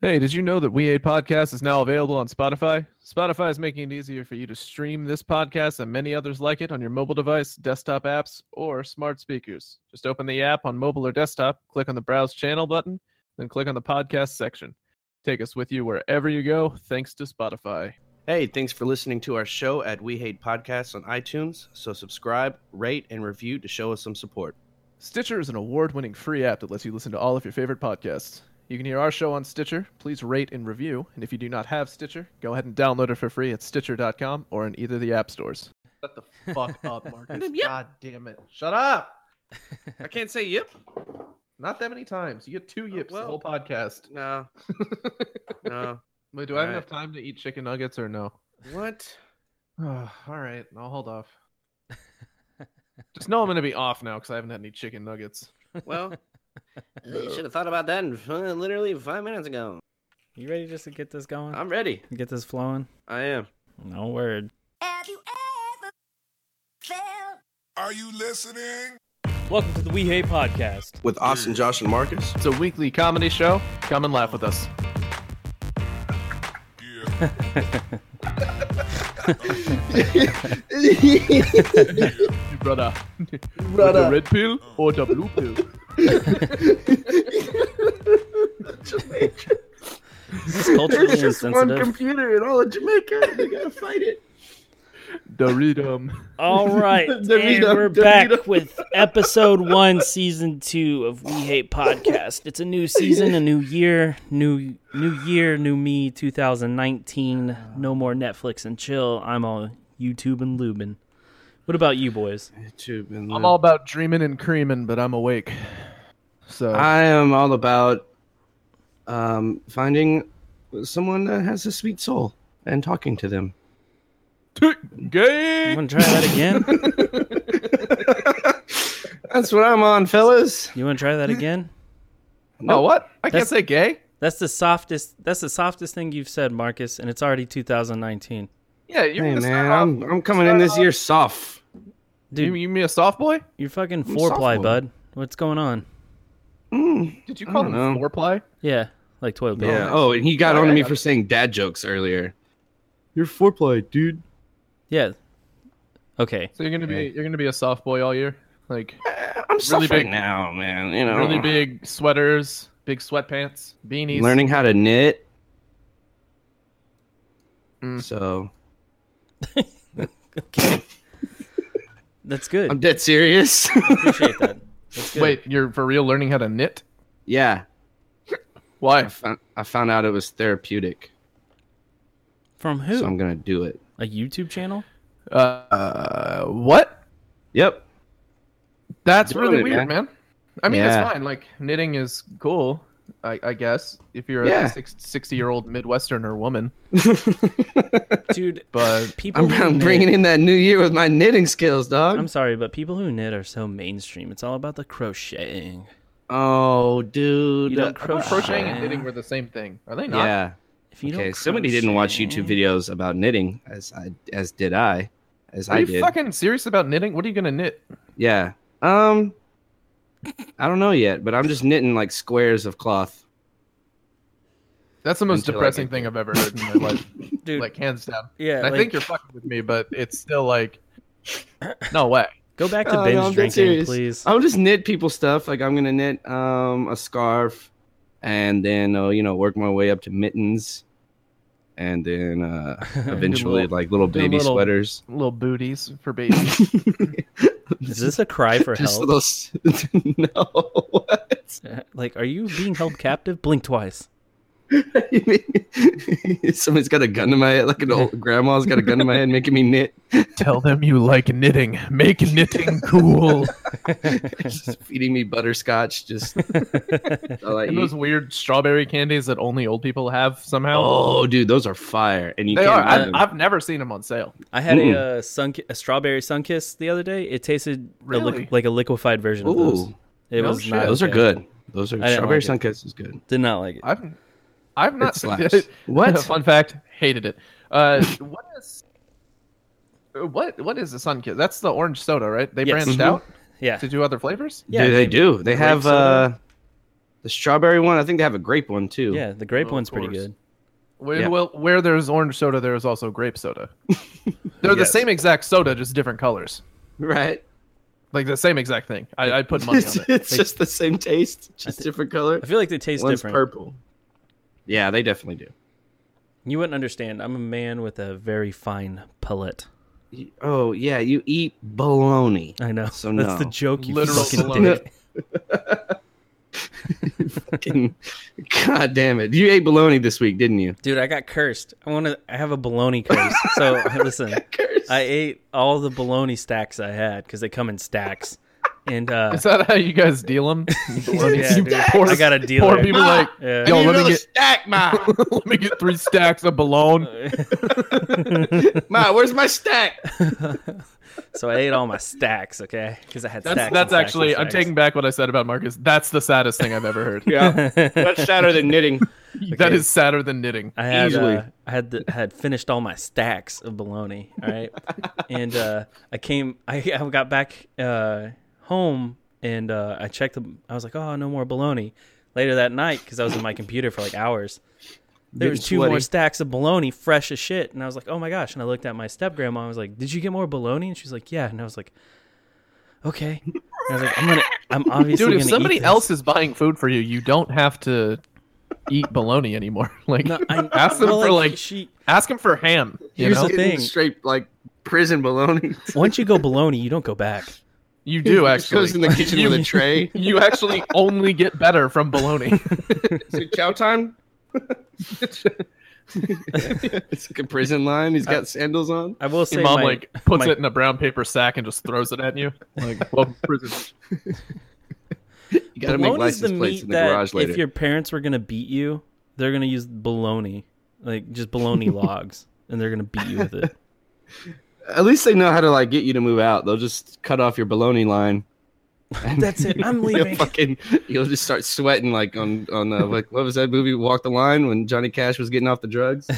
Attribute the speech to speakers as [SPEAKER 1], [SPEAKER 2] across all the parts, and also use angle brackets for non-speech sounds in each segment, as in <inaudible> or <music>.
[SPEAKER 1] Hey, did you know that We Ate Podcast is now available on Spotify? Spotify is making it easier for you to stream this podcast and many others like it on your mobile device, desktop apps, or smart speakers. Just open the app on mobile or desktop, click on the Browse Channel button, then click on the podcast section. Take us with you wherever you go, thanks to Spotify.
[SPEAKER 2] Hey, thanks for listening to our show at We Hate Podcasts on iTunes. So subscribe, rate, and review to show us some support.
[SPEAKER 1] Stitcher is an award winning free app that lets you listen to all of your favorite podcasts. You can hear our show on Stitcher. Please rate and review. And if you do not have Stitcher, go ahead and download it for free at Stitcher.com or in either of the app stores. Shut the fuck up, Marcus. God damn it. Shut up.
[SPEAKER 2] I can't say yip.
[SPEAKER 1] Not that many times. You get two yips
[SPEAKER 2] well.
[SPEAKER 1] the whole podcast.
[SPEAKER 2] No, no.
[SPEAKER 1] Wait, do I have
[SPEAKER 2] All
[SPEAKER 1] enough time to eat chicken nuggets or no? <sighs>
[SPEAKER 2] What?
[SPEAKER 1] All right, I'll hold off. Just know I'm going to be off now because I haven't had any chicken nuggets.
[SPEAKER 2] Well, <laughs> you should have thought about that in, uh, literally five minutes ago.
[SPEAKER 3] You ready just to get this going?
[SPEAKER 2] I'm ready.
[SPEAKER 3] Get this flowing?
[SPEAKER 2] I am.
[SPEAKER 3] No word.
[SPEAKER 4] Have you ever felt
[SPEAKER 5] Are you listening?
[SPEAKER 3] Welcome to the We Hate Podcast.
[SPEAKER 2] With Austin, Josh, and Marcus.
[SPEAKER 1] It's a weekly comedy show. Come and laugh with us.
[SPEAKER 5] Yeah.
[SPEAKER 1] Brother. Brother. The red pill or the blue pill?
[SPEAKER 2] <laughs>
[SPEAKER 3] It's culturally insensitive.
[SPEAKER 2] computer in all of Jamaica. They gotta fight it.
[SPEAKER 1] The um, redum.
[SPEAKER 3] All
[SPEAKER 2] <laughs>
[SPEAKER 3] right. and
[SPEAKER 1] Dorito,
[SPEAKER 3] we're
[SPEAKER 1] Dorito.
[SPEAKER 3] back with episode one, season two of We Hate Podcast. It's a new season, a new year, new new year, new me, 2019. No more Netflix and chill. I'm all YouTube and Lubin. What about you boys?
[SPEAKER 2] YouTube and
[SPEAKER 1] I'm all about dreaming and creaming, but I'm awake. So
[SPEAKER 2] I am all about um, finding someone that has a sweet soul and talking to them.
[SPEAKER 1] gay.
[SPEAKER 3] You want to try that again?
[SPEAKER 2] That's what I'm on, fellas.
[SPEAKER 3] You want to try that again?
[SPEAKER 1] No, what? I can't
[SPEAKER 3] That's-
[SPEAKER 1] say gay.
[SPEAKER 3] That's the softest. That's the softest thing you've said, Marcus, and it's already 2019.
[SPEAKER 1] Yeah, you
[SPEAKER 2] Hey
[SPEAKER 1] mean
[SPEAKER 2] man, I'm I'm coming in this year soft.
[SPEAKER 1] You,
[SPEAKER 3] Dude,
[SPEAKER 1] you mean a soft boy?
[SPEAKER 3] you're fucking four ply,
[SPEAKER 2] sophomore.
[SPEAKER 3] bud. What's going on?
[SPEAKER 1] Did you call him
[SPEAKER 2] don't know.
[SPEAKER 1] four ply?
[SPEAKER 3] Yeah, like toilet paper.
[SPEAKER 2] Yeah. Oh, and he got on to me for saying dad jokes earlier. You're foreplay, dude.
[SPEAKER 3] Yeah. Okay.
[SPEAKER 1] So you're gonna be you're gonna be a soft boy all year, like
[SPEAKER 2] I'm
[SPEAKER 1] Really
[SPEAKER 2] soft right
[SPEAKER 1] big-
[SPEAKER 2] now, man. You know,
[SPEAKER 1] really big sweaters, big sweatpants, beanies.
[SPEAKER 2] learning how to knit.
[SPEAKER 1] Mm.
[SPEAKER 2] So
[SPEAKER 3] Okay. That's good.
[SPEAKER 2] I'm dead serious. <laughs>
[SPEAKER 3] Appreciate that. That's good.
[SPEAKER 1] Wait, you're for real learning how to knit?
[SPEAKER 2] yeah, I
[SPEAKER 1] Why?
[SPEAKER 2] found, I found out it was therapeutic,
[SPEAKER 3] from who?
[SPEAKER 2] so I'm gonna do it.
[SPEAKER 3] A YouTube channel?
[SPEAKER 1] Uh, uh what?
[SPEAKER 2] Yep.
[SPEAKER 1] That's
[SPEAKER 2] Doing
[SPEAKER 1] really
[SPEAKER 2] it,
[SPEAKER 1] weird, man.
[SPEAKER 2] man.
[SPEAKER 1] I mean,
[SPEAKER 2] Yeah.
[SPEAKER 1] it's fine. Like knitting is cool, I, I guess, if you're
[SPEAKER 2] Yeah.
[SPEAKER 1] a six, 60 year old Midwesterner woman.
[SPEAKER 3] Dude,
[SPEAKER 1] But
[SPEAKER 3] people.
[SPEAKER 2] I'm,
[SPEAKER 3] who
[SPEAKER 2] I'm
[SPEAKER 3] knit-
[SPEAKER 2] bringing in that new year with my knitting skills, dog.
[SPEAKER 3] I'm sorry, but people who knit are so mainstream. It's all about the crocheting.
[SPEAKER 2] Oh, dude.
[SPEAKER 3] You don't
[SPEAKER 2] Uh,
[SPEAKER 1] I thought crocheting and
[SPEAKER 3] crochet.
[SPEAKER 1] knitting were the same thing. Are they not?
[SPEAKER 2] yeah.
[SPEAKER 3] If you
[SPEAKER 2] Okay.
[SPEAKER 3] don't
[SPEAKER 2] Somebody didn't watch
[SPEAKER 3] crochet-
[SPEAKER 2] YouTube videos about knitting, as I as did I, as
[SPEAKER 1] Are
[SPEAKER 2] I
[SPEAKER 1] you
[SPEAKER 2] did.
[SPEAKER 1] fucking serious about knitting? What are you gonna knit?
[SPEAKER 2] Yeah. Um. I don't know yet, but I'm just knitting like squares of cloth.
[SPEAKER 1] That's the most
[SPEAKER 2] Until I
[SPEAKER 1] depressing
[SPEAKER 2] get
[SPEAKER 1] thing I've ever heard in my life.
[SPEAKER 3] <laughs> Dude,
[SPEAKER 1] Like hands down.
[SPEAKER 3] yeah.
[SPEAKER 1] And I
[SPEAKER 3] like,
[SPEAKER 1] think you're fucking with me, but it's still like no way.
[SPEAKER 3] go back to
[SPEAKER 2] Oh, no,
[SPEAKER 3] binge
[SPEAKER 2] I'm dead
[SPEAKER 3] drinking,
[SPEAKER 2] serious.
[SPEAKER 3] please.
[SPEAKER 2] I'll just knit people stuff. Like I'm gonna knit um a scarf, and then uh, you know work my way up to mittens, and
[SPEAKER 1] <laughs>
[SPEAKER 2] then uh, eventually
[SPEAKER 3] little-
[SPEAKER 2] like little
[SPEAKER 1] do
[SPEAKER 2] baby
[SPEAKER 1] little-
[SPEAKER 2] sweaters.
[SPEAKER 1] Little booties for babies.
[SPEAKER 3] <laughs> Is this a
[SPEAKER 2] <laughs>
[SPEAKER 3] cry for
[SPEAKER 2] Just
[SPEAKER 3] help?
[SPEAKER 2] little. s- no. <laughs> What?
[SPEAKER 3] Uh, <laughs> Like, are you being held captive? Blink twice.
[SPEAKER 2] You mean- <laughs> Somebody's got a gun to my head, like
[SPEAKER 1] <laughs>
[SPEAKER 2] an old grandma's got a gun to my head, making me knit. <laughs>
[SPEAKER 1] Tell them you like knitting. Make knitting cool.
[SPEAKER 2] just feeding me butterscotch. Just
[SPEAKER 1] <laughs>
[SPEAKER 2] all I
[SPEAKER 1] and
[SPEAKER 2] eat.
[SPEAKER 1] those weird strawberry candies that only old people have somehow.
[SPEAKER 2] Oh, dude, those are fire, and you
[SPEAKER 1] they
[SPEAKER 2] can't
[SPEAKER 1] are.
[SPEAKER 2] buy
[SPEAKER 1] I,
[SPEAKER 2] them.
[SPEAKER 1] I've never seen them on sale.
[SPEAKER 3] I had
[SPEAKER 2] Mm-mm.
[SPEAKER 3] a, uh, sun, a strawberry sunkiss the other day. It tasted a li-
[SPEAKER 1] Really?
[SPEAKER 3] like a liquefied version of those.
[SPEAKER 2] Ooh,
[SPEAKER 3] It
[SPEAKER 1] No
[SPEAKER 3] was
[SPEAKER 1] shit.
[SPEAKER 3] not
[SPEAKER 2] those are
[SPEAKER 3] okay.
[SPEAKER 2] good. Those are
[SPEAKER 3] I didn't
[SPEAKER 2] strawberry
[SPEAKER 3] like
[SPEAKER 2] sunkiss is good.
[SPEAKER 3] Did not like it.
[SPEAKER 1] I've I've not <laughs>
[SPEAKER 2] slaps. What?
[SPEAKER 1] Fun fact: hated it. Uh, what is what what is a sun kiss? That's the orange soda, right? They
[SPEAKER 3] Yes.
[SPEAKER 1] branched
[SPEAKER 3] Mhm.
[SPEAKER 1] out
[SPEAKER 3] Yeah,
[SPEAKER 1] to do other flavors.
[SPEAKER 3] yeah.
[SPEAKER 2] Dude, they do. They have
[SPEAKER 3] soda.
[SPEAKER 2] uh, The strawberry one. I think they have a grape one too. Oh,
[SPEAKER 3] Yeah, the grape
[SPEAKER 1] Of
[SPEAKER 3] one's pretty
[SPEAKER 1] course.
[SPEAKER 3] good.
[SPEAKER 1] Where,
[SPEAKER 2] Yeah.
[SPEAKER 1] well, where there's orange soda, there is also grape soda. They're the
[SPEAKER 2] Yes.
[SPEAKER 1] same exact soda, just different colors.
[SPEAKER 2] <laughs> Right.
[SPEAKER 1] Like the same exact thing. I, I put money on it.
[SPEAKER 2] <laughs> it's just the same taste, just different color.
[SPEAKER 3] I feel like they taste
[SPEAKER 2] One's
[SPEAKER 3] different.
[SPEAKER 2] purple. Yeah, they definitely do.
[SPEAKER 3] You wouldn't understand. I'm a man with a very fine palate.
[SPEAKER 2] You- Oh yeah, you eat bologna.
[SPEAKER 3] I know.
[SPEAKER 2] So
[SPEAKER 3] That's the
[SPEAKER 2] no.
[SPEAKER 3] joke. You
[SPEAKER 1] Literal
[SPEAKER 3] fucking
[SPEAKER 1] bologna.
[SPEAKER 3] dick.
[SPEAKER 2] Fucking- <laughs> God damn it! You ate bologna this week, didn't you?
[SPEAKER 3] Dude, I got cursed. I want to. I have a bologna curse. So <laughs> listen,
[SPEAKER 2] Curse.
[SPEAKER 3] I ate all the bologna stacks I had because they come in stacks, and uh,
[SPEAKER 1] Is that how you guys deal them?
[SPEAKER 3] Yeah, dude. I got a dealer.
[SPEAKER 1] Poor people like,
[SPEAKER 3] yeah.
[SPEAKER 1] yo, let
[SPEAKER 2] Need
[SPEAKER 1] me
[SPEAKER 2] another
[SPEAKER 1] get
[SPEAKER 2] stack, <laughs> ma.
[SPEAKER 1] <laughs> let me get three stacks of bologna.
[SPEAKER 2] ma, where's my stack?
[SPEAKER 3] so I ate all my stacks. Okay, because I had
[SPEAKER 1] That's,
[SPEAKER 3] stacks.
[SPEAKER 1] that's
[SPEAKER 3] and stacks
[SPEAKER 1] actually,
[SPEAKER 3] and
[SPEAKER 1] I'm
[SPEAKER 3] stacks.
[SPEAKER 1] taking back what I said about Marcus. That's the saddest thing I've ever
[SPEAKER 3] <laughs>
[SPEAKER 1] heard.
[SPEAKER 2] Yeah, much sadder than knitting.
[SPEAKER 1] <laughs> That is sadder than knitting.
[SPEAKER 3] I had
[SPEAKER 2] Easily.
[SPEAKER 3] uh, I had the, had finished all my stacks of bologna, all
[SPEAKER 1] <laughs>
[SPEAKER 3] right? and uh, I came I, I got back uh, home and uh, I checked them. I was like, "Oh, no more bologna." Later that night cuz I was in my computer for like hours. There was
[SPEAKER 2] Getting
[SPEAKER 3] two more
[SPEAKER 2] sweaty.
[SPEAKER 3] stacks of bologna fresh as shit and I was like, "Oh my gosh." And I looked at my step grandma. I was like, "Did you get more bologna?" And she's like, "Yeah." And I was like, "Okay." And I was like, "I'm going to I'm obviously
[SPEAKER 1] <laughs> Dude,
[SPEAKER 3] gonna
[SPEAKER 1] if
[SPEAKER 3] eat
[SPEAKER 1] somebody
[SPEAKER 3] this."
[SPEAKER 1] else is buying food for you, you don't have to eat bologna anymore. <laughs> Like,
[SPEAKER 3] No, I-
[SPEAKER 1] ask them
[SPEAKER 3] well,
[SPEAKER 1] for like,
[SPEAKER 3] she
[SPEAKER 1] ask them for ham. You
[SPEAKER 3] Here's
[SPEAKER 1] know,
[SPEAKER 3] the thing.
[SPEAKER 2] straight like prison <laughs> bologna.
[SPEAKER 3] once you go bologna, you don't go back.
[SPEAKER 1] you
[SPEAKER 3] <laughs>
[SPEAKER 1] do
[SPEAKER 2] goes in
[SPEAKER 1] actually.
[SPEAKER 2] the kitchen with a <laughs> tray.
[SPEAKER 1] You actually only get better from bologna.
[SPEAKER 2] Is it chow <laughs> time? it's like a prison line. He's got sandals on.
[SPEAKER 3] I will <laughs> say
[SPEAKER 1] Your mom
[SPEAKER 3] my-
[SPEAKER 1] like puts
[SPEAKER 3] my-
[SPEAKER 1] it in a brown paper sack and just throws it at
[SPEAKER 3] <laughs>
[SPEAKER 1] you. Like, well, prison.
[SPEAKER 2] You gotta make
[SPEAKER 3] Bologna's
[SPEAKER 2] license plates in the garage later.
[SPEAKER 3] if your parents were gonna beat you, they're gonna use bologna, like
[SPEAKER 2] <laughs>
[SPEAKER 3] just bologna logs, and they're gonna beat you with it.
[SPEAKER 2] At least they know how to like get you to move out. They'll just cut off your bologna <laughs> line. And
[SPEAKER 3] That's it. <laughs> I'm
[SPEAKER 2] You'll
[SPEAKER 3] leaving.
[SPEAKER 2] fucking, you'll just start sweating like on on uh, like what was that movie? Walk the line when Johnny Cash was getting off the <laughs> drugs.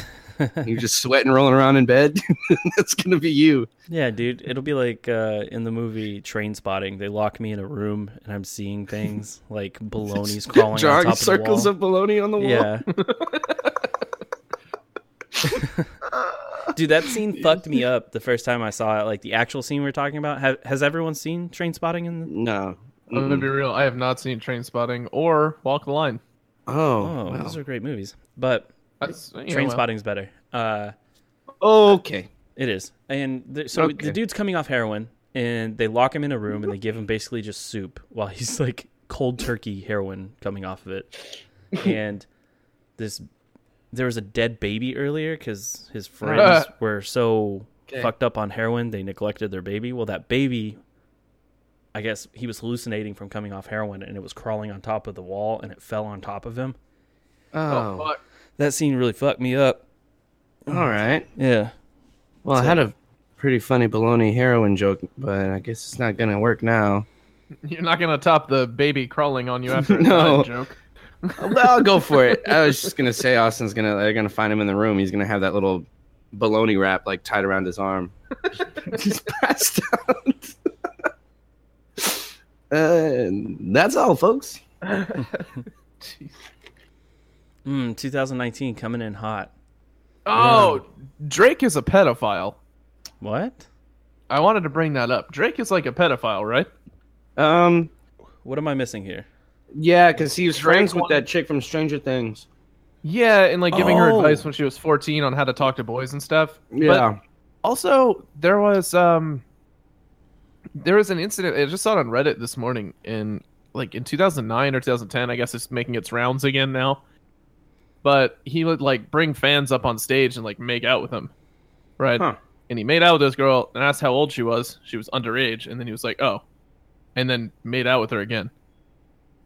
[SPEAKER 2] You're just sweating, rolling around in bed. <laughs> That's gonna be you.
[SPEAKER 3] yeah, dude, it'll be like uh, in the movie Train Spotting. They lock me in a room and I'm
[SPEAKER 2] <laughs>
[SPEAKER 3] seeing things like bologna's crawling on
[SPEAKER 2] Drawing
[SPEAKER 3] top
[SPEAKER 2] circles
[SPEAKER 3] of
[SPEAKER 2] of bologna on the
[SPEAKER 3] the
[SPEAKER 2] wall.
[SPEAKER 3] wall.
[SPEAKER 2] <laughs>
[SPEAKER 3] Yeah. Dude, that scene fucked
[SPEAKER 2] <laughs>
[SPEAKER 3] me up the first time I saw it. Like the actual scene we are talking about. Have, has everyone seen Train Spotting? In the-
[SPEAKER 2] No.
[SPEAKER 1] I'm gonna
[SPEAKER 2] Mm-mm.
[SPEAKER 1] be
[SPEAKER 3] mm.
[SPEAKER 1] real. I have not seen Train Spotting or Walk the Line.
[SPEAKER 2] Oh,
[SPEAKER 3] oh,
[SPEAKER 2] wow.
[SPEAKER 3] those are great movies, but
[SPEAKER 1] That's, you know,
[SPEAKER 3] Train
[SPEAKER 1] well,
[SPEAKER 3] Spotting's better. Uh,
[SPEAKER 2] okay.
[SPEAKER 3] It is, and the, so the
[SPEAKER 2] Okay.
[SPEAKER 3] dude's coming off heroin, and they lock him in a room, and they give him basically just soup while he's <laughs> like cold turkey heroin coming off of it, and this there was a dead baby earlier because
[SPEAKER 2] <laughs>
[SPEAKER 3] his friends were so fucked up on heroin they neglected their baby. Well, that baby, I guess he was hallucinating from coming off heroin, and it was crawling on top of the wall, and it fell on top of him.
[SPEAKER 1] Oh,
[SPEAKER 2] Oh,
[SPEAKER 1] fuck.
[SPEAKER 3] That scene really fucked me up.
[SPEAKER 2] all right.
[SPEAKER 3] Yeah. Oh,
[SPEAKER 2] Well, I had a pretty funny bologna heroin joke, but I guess it's not gonna work now.
[SPEAKER 1] <laughs> You're not gonna top the baby crawling on <laughs> you after a
[SPEAKER 2] No.
[SPEAKER 1] no. joke.
[SPEAKER 2] well, I'll go for it. I was just gonna say Austin's gonna they're gonna find him in the room. He's gonna have that little bologna wrap like tied around his arm. <laughs> He's passed out. <laughs> uh, that's all, folks.
[SPEAKER 3] Mm, 2019 coming in hot.
[SPEAKER 1] Oh, Drake is a pedophile.
[SPEAKER 3] What?
[SPEAKER 1] I wanted to bring that up. Drake is like a pedophile, right?
[SPEAKER 2] Um,
[SPEAKER 3] What am I missing here?
[SPEAKER 2] yeah, because he was friends with
[SPEAKER 1] wanted-
[SPEAKER 2] that chick from Stranger Things.
[SPEAKER 1] Yeah, and like giving her
[SPEAKER 3] Oh.
[SPEAKER 1] advice when she was 14 on how to talk to boys and stuff. But
[SPEAKER 2] Yeah,
[SPEAKER 1] also there was um there was an incident i just saw it on reddit this morning in like in 2009 or 2010 i guess it's making its rounds again now but he would like bring fans up on stage and like make out with them right
[SPEAKER 2] Huh.
[SPEAKER 1] and he made out with this girl and asked how old she was she was underage and then he was like oh and then made out with her again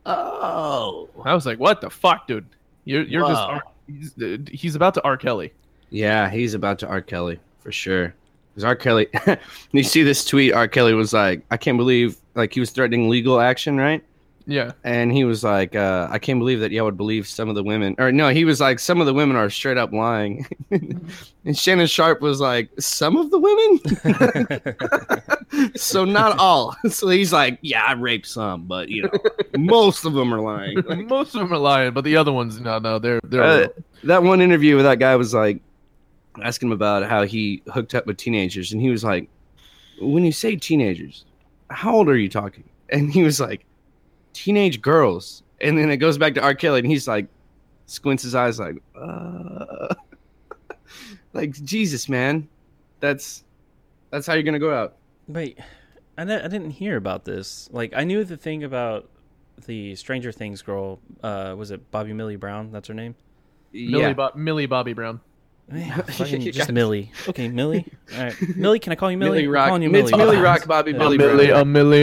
[SPEAKER 1] oh i was like what the fuck dude you're, you're just
[SPEAKER 2] Wow.
[SPEAKER 1] R- he's, uh, he's about to r kelly
[SPEAKER 2] yeah, he's about to R. Kelly for sure. Because R. Kelly, <laughs> you see this tweet? R. Kelly was like, I can't believe like he was threatening legal action, right?
[SPEAKER 1] Yeah.
[SPEAKER 2] and he was like, uh, "I can't believe that y'all would believe some of the women." Or no, he was like, "Some of the women are straight up lying." <laughs> and Shannon Sharp was like, "Some of the women, <laughs> so not all." <laughs> so he's like, "Yeah, I raped some, but you know, most of them are lying." <laughs> Like,
[SPEAKER 1] <laughs> Most of them are lying, but the other ones, no, no, they're they're.
[SPEAKER 2] Uh,
[SPEAKER 1] real.
[SPEAKER 2] that one interview with that guy was like asking him about how he hooked up with teenagers, and he was like, "When you say teenagers, how old are you talking?" <laughs> And he was like, "Teenage girls." And then it goes back to R. Kelly, and he's like, squints his eyes, like, uh, <laughs> like Jesus, man, that's that's how you're gonna go out.
[SPEAKER 3] Wait, I, di- I didn't hear about this. Like, I knew the thing about the Stranger Things girl. Uh, was it Bobby Millie Brown? That's her name.
[SPEAKER 1] Millie,
[SPEAKER 2] yeah,
[SPEAKER 1] Bo- Millie Bobby Brown.
[SPEAKER 3] <laughs> Yeah, fucking
[SPEAKER 2] You
[SPEAKER 3] just
[SPEAKER 2] got-
[SPEAKER 3] Millie. Okay, <laughs> Millie. All right, Millie. Can I call you
[SPEAKER 2] Millie
[SPEAKER 3] Millie? I'm
[SPEAKER 2] Rock-
[SPEAKER 3] calling you
[SPEAKER 2] It's Millie
[SPEAKER 3] Brown. <laughs>
[SPEAKER 2] Rock, Bobby
[SPEAKER 3] Yeah.
[SPEAKER 2] Millie Brown.
[SPEAKER 1] Millie,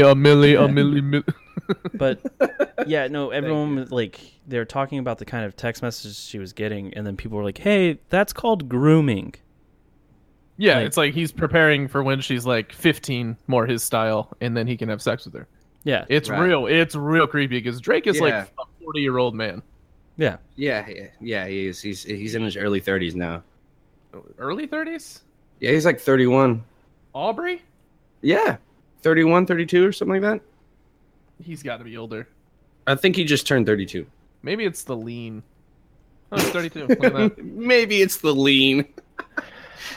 [SPEAKER 1] a Millie, a Millie,
[SPEAKER 3] Yeah.
[SPEAKER 1] a Millie, Millie.
[SPEAKER 3] But yeah, <laughs> no, everyone
[SPEAKER 2] you.
[SPEAKER 3] was like they were talking about the kind of text messages she was getting, and then people were like, "Hey, that's called grooming."
[SPEAKER 1] <laughs> Yeah,
[SPEAKER 3] Like-
[SPEAKER 1] it's like he's preparing for when she's like 15, more his style, and then he can have sex with her.
[SPEAKER 3] Yeah,
[SPEAKER 1] It's
[SPEAKER 2] Right.
[SPEAKER 1] real. It's real creepy because Drake is
[SPEAKER 2] Yeah.
[SPEAKER 1] like a 40 year old man.
[SPEAKER 3] yeah.
[SPEAKER 2] yeah, yeah, yeah. He is. He's he's in his early 30s now.
[SPEAKER 1] Early 30s?
[SPEAKER 2] Yeah, he's like 31.
[SPEAKER 1] Aubrey?
[SPEAKER 2] Yeah, 31, 32 or something like that.
[SPEAKER 1] He's got to be older.
[SPEAKER 2] I think he just turned 32.
[SPEAKER 1] Maybe it's the lean. Oh, it's 32. Look at <laughs> that.
[SPEAKER 2] <laughs> Maybe it's the lean.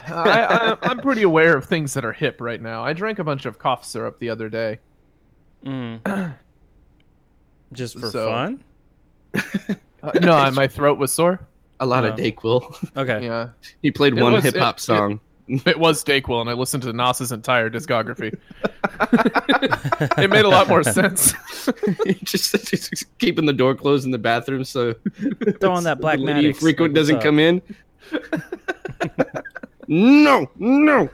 [SPEAKER 3] Uh,
[SPEAKER 1] I, I, I'm pretty aware of things that are hip right now. I drank a bunch of cough syrup the other day.
[SPEAKER 3] Mm. <clears throat> Just for
[SPEAKER 1] So-
[SPEAKER 3] fun.
[SPEAKER 1] Uh, no, <laughs> I- my throat was sore.
[SPEAKER 2] <laughs> A lot of
[SPEAKER 3] Yeah.
[SPEAKER 2] Dayquil. <laughs>
[SPEAKER 3] Okay.
[SPEAKER 1] Yeah.
[SPEAKER 2] He played
[SPEAKER 1] It
[SPEAKER 2] one
[SPEAKER 1] was-
[SPEAKER 2] hip hop
[SPEAKER 1] it-
[SPEAKER 2] song. <laughs>
[SPEAKER 1] It was Dayquil, and I listened to Nas's entire discography. it made a lot more sense.
[SPEAKER 2] just, <laughs> just keeping the door closed in the bathroom
[SPEAKER 3] <laughs>
[SPEAKER 2] so
[SPEAKER 3] Throw on that Black
[SPEAKER 2] the lady you
[SPEAKER 3] Maddox.
[SPEAKER 2] frequent
[SPEAKER 3] Like, what's
[SPEAKER 2] doesn't
[SPEAKER 3] up?
[SPEAKER 2] come
[SPEAKER 3] <laughs>
[SPEAKER 2] in. no, no.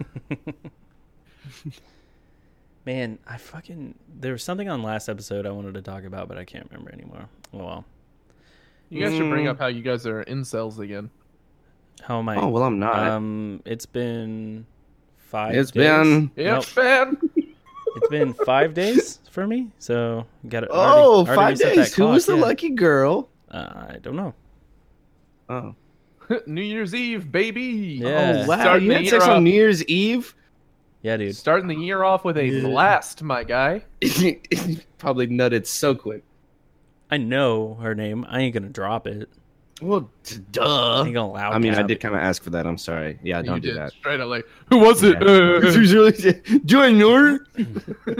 [SPEAKER 3] Man, I fucking there was something on last episode I wanted to talk about, but I can't remember anymore. Oh well.
[SPEAKER 1] You guys should bring
[SPEAKER 2] Mm.
[SPEAKER 1] up how you guys are incels again.
[SPEAKER 3] How am I?
[SPEAKER 2] Oh well, I'm not.
[SPEAKER 3] um, it's been five.
[SPEAKER 2] It's
[SPEAKER 3] days.
[SPEAKER 2] been-
[SPEAKER 1] Yeah,
[SPEAKER 3] Nope.
[SPEAKER 1] man.
[SPEAKER 3] it's been five days for me. So got it.
[SPEAKER 2] Oh, five
[SPEAKER 3] reset
[SPEAKER 2] days.
[SPEAKER 3] that
[SPEAKER 2] Who
[SPEAKER 3] clock,
[SPEAKER 2] was the
[SPEAKER 3] yeah.
[SPEAKER 2] lucky girl?
[SPEAKER 3] Uh, I don't know.
[SPEAKER 2] Oh,
[SPEAKER 1] <laughs> New Year's Eve, baby.
[SPEAKER 3] Yeah.
[SPEAKER 2] oh wow!
[SPEAKER 1] Starting
[SPEAKER 2] you
[SPEAKER 1] the
[SPEAKER 2] had
[SPEAKER 1] year
[SPEAKER 2] sex on
[SPEAKER 1] off-
[SPEAKER 2] New Year's Eve. <laughs>
[SPEAKER 3] Yeah, dude.
[SPEAKER 1] Starting the year off with a blast, my guy.
[SPEAKER 2] Probably nutted so quick.
[SPEAKER 3] I know her name. I ain't gonna drop it.
[SPEAKER 2] Well, d- duh.
[SPEAKER 3] I ain't gonna allow.
[SPEAKER 2] I mean, I
[SPEAKER 3] cap
[SPEAKER 2] did
[SPEAKER 3] it.
[SPEAKER 2] kind of ask for that. I'm sorry. Yeah, don't
[SPEAKER 1] you
[SPEAKER 2] do
[SPEAKER 1] did
[SPEAKER 2] that.
[SPEAKER 1] straight up like, who was it?
[SPEAKER 2] Yeah. <laughs>
[SPEAKER 1] Uh,
[SPEAKER 2] She's really- do I know her? No,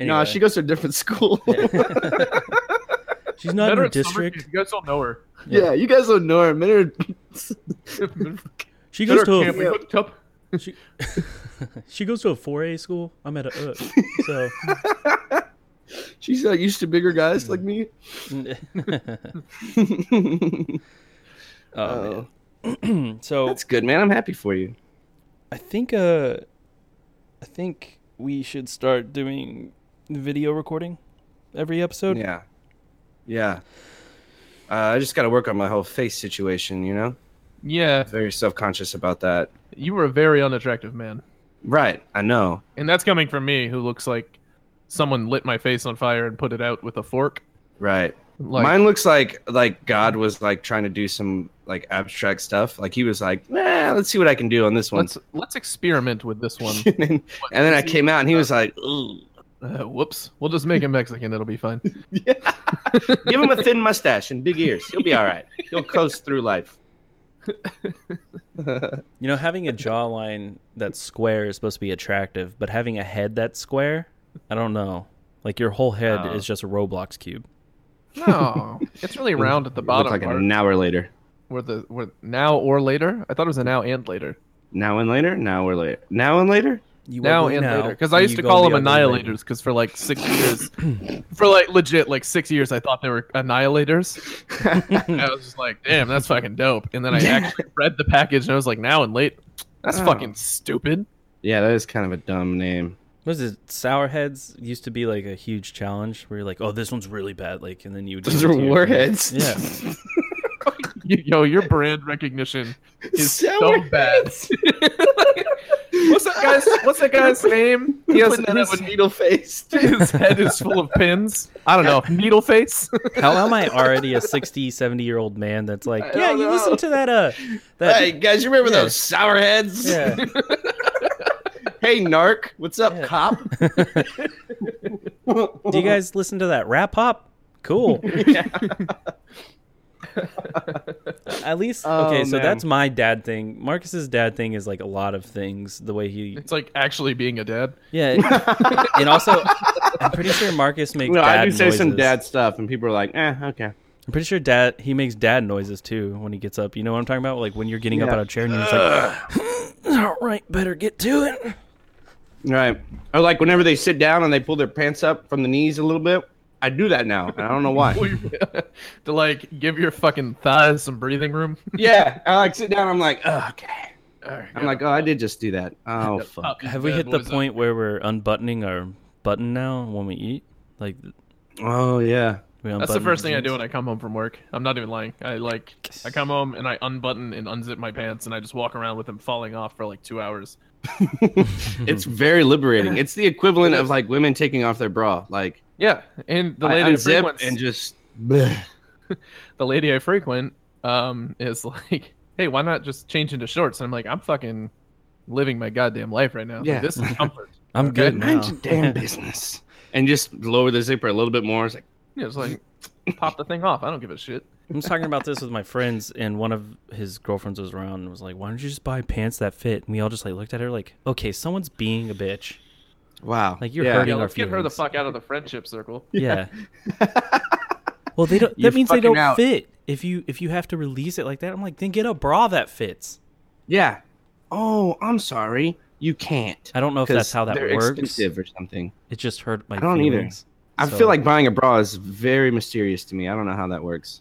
[SPEAKER 3] Anyway.
[SPEAKER 2] she goes to a different <laughs> school. Yeah,
[SPEAKER 3] Yeah. <laughs> She's not in
[SPEAKER 1] better
[SPEAKER 3] her
[SPEAKER 1] at summer
[SPEAKER 3] district.
[SPEAKER 1] camp. You guys don't know her.
[SPEAKER 2] you guys don't know her. Men are- <laughs>
[SPEAKER 3] She
[SPEAKER 1] Better
[SPEAKER 3] goes to
[SPEAKER 1] camp. We
[SPEAKER 3] a,
[SPEAKER 1] hooked up.
[SPEAKER 3] she, <laughs> she goes to a 4A school. I'm at a uh, so.
[SPEAKER 2] She's not used to bigger guys like <laughs> me.
[SPEAKER 3] oh,
[SPEAKER 2] Oh,
[SPEAKER 3] man. <laughs> so
[SPEAKER 2] that's good, man. I'm happy for you.
[SPEAKER 3] I think uh, I think we should start doing video recording every episode.
[SPEAKER 2] Yeah, yeah. Uh, I just got to work on my whole face situation. You know,
[SPEAKER 1] Yeah,
[SPEAKER 2] very self conscious about that.
[SPEAKER 1] you were a very unattractive man.
[SPEAKER 2] Right, I know.
[SPEAKER 1] And that's coming from me, who looks like someone lit my face on fire and put it out with a fork.
[SPEAKER 2] Right.
[SPEAKER 1] Like,
[SPEAKER 2] Mine looks like like God was like trying to do some like abstract stuff. Like he was like, eh, let's see what I can do on this one.
[SPEAKER 1] let's let's experiment with this one.
[SPEAKER 2] <laughs> and then, and then I came out and he was like, Ooh,
[SPEAKER 1] Uh, whoops. We'll just make him Mexican. It'll be
[SPEAKER 2] <laughs>
[SPEAKER 1] fine.
[SPEAKER 2] give him a thin mustache and big ears. He'll be all right. He'll coast through life.
[SPEAKER 3] You know, having a jawline that's square is supposed to be attractive, but having a head that's square, I don't know. Like your whole head
[SPEAKER 2] Oh.
[SPEAKER 3] is just a Roblox cube.
[SPEAKER 1] No, it's really round at the
[SPEAKER 2] It looked
[SPEAKER 1] bottom
[SPEAKER 2] like
[SPEAKER 1] part,
[SPEAKER 2] an hour later.
[SPEAKER 1] where the where now or later. I thought it was a now and later.
[SPEAKER 2] Now and later. Now or later. Now and later.
[SPEAKER 3] You
[SPEAKER 1] now
[SPEAKER 3] ugly
[SPEAKER 1] and later because I
[SPEAKER 3] and
[SPEAKER 1] used
[SPEAKER 3] you
[SPEAKER 1] to
[SPEAKER 3] gonna
[SPEAKER 1] call
[SPEAKER 3] be
[SPEAKER 1] them
[SPEAKER 3] ugly later.
[SPEAKER 1] annihilators because for like
[SPEAKER 2] <coughs>
[SPEAKER 1] six years, for like legit like six years, I thought they were
[SPEAKER 2] <laughs>
[SPEAKER 1] annihilators. And I was just like, damn, that's fucking dope. And then I actually read the package and I was like, now and late, that's
[SPEAKER 2] Oh.
[SPEAKER 1] fucking stupid.
[SPEAKER 2] Yeah, that is kind of a dumb name.
[SPEAKER 3] What is it? Sour heads used to be like a huge challenge where you're like, oh, this one's really bad. Like, and then you would
[SPEAKER 2] Those
[SPEAKER 3] give it
[SPEAKER 2] are
[SPEAKER 3] to
[SPEAKER 2] <laughs>
[SPEAKER 3] your
[SPEAKER 2] warheads.
[SPEAKER 3] friend. Yeah.
[SPEAKER 1] <laughs> <laughs> Yo, your brand recognition is so
[SPEAKER 2] Sour
[SPEAKER 1] bad. What's that guy's What's that <laughs> guy's name? He has, his,
[SPEAKER 2] needle
[SPEAKER 1] <laughs>
[SPEAKER 2] faced.
[SPEAKER 1] his head is full of pins. I don't know. <laughs> Needle face.
[SPEAKER 3] <laughs> How am I already a 60, 70 year old man that's like,
[SPEAKER 2] I
[SPEAKER 3] yeah,
[SPEAKER 2] don't
[SPEAKER 3] you listen
[SPEAKER 2] know."
[SPEAKER 3] to that, uh, that,
[SPEAKER 2] Hey guys, you remember
[SPEAKER 3] Yeah.
[SPEAKER 2] those sour heads?
[SPEAKER 3] yeah.
[SPEAKER 2] <laughs> Hey narc, what's up,
[SPEAKER 3] Yeah.
[SPEAKER 2] cop?
[SPEAKER 3] Do you guys listen to that rap hop?
[SPEAKER 2] <laughs>
[SPEAKER 3] Cool. <laughs> At least
[SPEAKER 2] Oh,
[SPEAKER 3] okay, so
[SPEAKER 2] man.
[SPEAKER 3] that's my dad thing. Marcus's dad thing is like a lot of things. The
[SPEAKER 2] <laughs>
[SPEAKER 3] way he,
[SPEAKER 1] It's like actually being a dad. <laughs>
[SPEAKER 3] yeah, and also I'm pretty sure Marcus makes.
[SPEAKER 2] No,
[SPEAKER 3] dad
[SPEAKER 2] I do say some
[SPEAKER 3] noises.
[SPEAKER 2] dad stuff, and people are like, "Eh, okay."
[SPEAKER 3] I'm pretty sure dad he makes dad noises too when he gets up. You know what I'm talking about? Like when you're getting up
[SPEAKER 2] Yeah.
[SPEAKER 3] out of a chair and you're just like, all right, better get to it.
[SPEAKER 2] Right. Or like whenever they sit down and they pull their pants up from the knees a little bit. I do that now, and I don't
[SPEAKER 1] <laughs>
[SPEAKER 2] know why.
[SPEAKER 1] to like give your fucking thighs some breathing room. <laughs>
[SPEAKER 2] yeah, I like sit down. I'm like, oh, okay.
[SPEAKER 1] All right,
[SPEAKER 2] I'm like, oh, I did just do that. Oh fuck.
[SPEAKER 3] Have we hit the point where we're unbuttoning our button now when we eat? Like
[SPEAKER 2] Oh
[SPEAKER 3] <laughs>
[SPEAKER 2] yeah.
[SPEAKER 3] we
[SPEAKER 1] That's the
[SPEAKER 3] unbutton
[SPEAKER 1] first thing I
[SPEAKER 3] jeans?
[SPEAKER 1] do when I come home from work. I'm not even lying. I like I come home and I unbutton and unzip my pants and I just walk around with them falling off for like two hours.
[SPEAKER 2] It's very liberating. It's the equivalent of like women taking off their bra. Like
[SPEAKER 1] Yeah, and the
[SPEAKER 2] I
[SPEAKER 1] lady I
[SPEAKER 2] unzip
[SPEAKER 1] frequent,
[SPEAKER 2] and just.
[SPEAKER 1] the lady I frequent, um, is <laughs> like, hey, why not just change into shorts? And I'm like, I'm fucking living my goddamn life right now. Like,
[SPEAKER 2] Yeah. <laughs>
[SPEAKER 1] this is comfort.
[SPEAKER 3] I'm
[SPEAKER 1] <laughs> Okay.
[SPEAKER 3] good now.
[SPEAKER 2] Mind your damn business. And just lower the zipper a little bit more. It's like,
[SPEAKER 1] You know, it's like pop the thing off. I don't give a shit.
[SPEAKER 3] <laughs> I was talking about this with my friends, and one of his girlfriends was around and was like, "Why don't you just buy pants that fit?" And we all just like looked at her like, "Okay, someone's being a bitch."
[SPEAKER 2] wow.
[SPEAKER 3] Like, you're
[SPEAKER 2] yeah.
[SPEAKER 3] hurting
[SPEAKER 1] Yeah,
[SPEAKER 3] our
[SPEAKER 1] let's get her the
[SPEAKER 3] feelings.
[SPEAKER 1] fuck out of the friendship circle.
[SPEAKER 3] Yeah. well, they don't.
[SPEAKER 2] You're
[SPEAKER 3] That means they
[SPEAKER 2] fucking
[SPEAKER 3] don't
[SPEAKER 2] out.
[SPEAKER 3] fit. If you if you have to release it like that, I'm like, then get a bra that fits.
[SPEAKER 2] Yeah. Oh, I'm sorry. You can't.
[SPEAKER 3] I don't know if
[SPEAKER 2] 'Cause
[SPEAKER 3] that's how that
[SPEAKER 2] they're
[SPEAKER 3] works.
[SPEAKER 2] expensive or something.
[SPEAKER 3] It just hurt my
[SPEAKER 2] I don't either.
[SPEAKER 3] feelings.
[SPEAKER 2] I
[SPEAKER 3] So,
[SPEAKER 2] feel like buying a bra is very mysterious to me. I don't know how that works.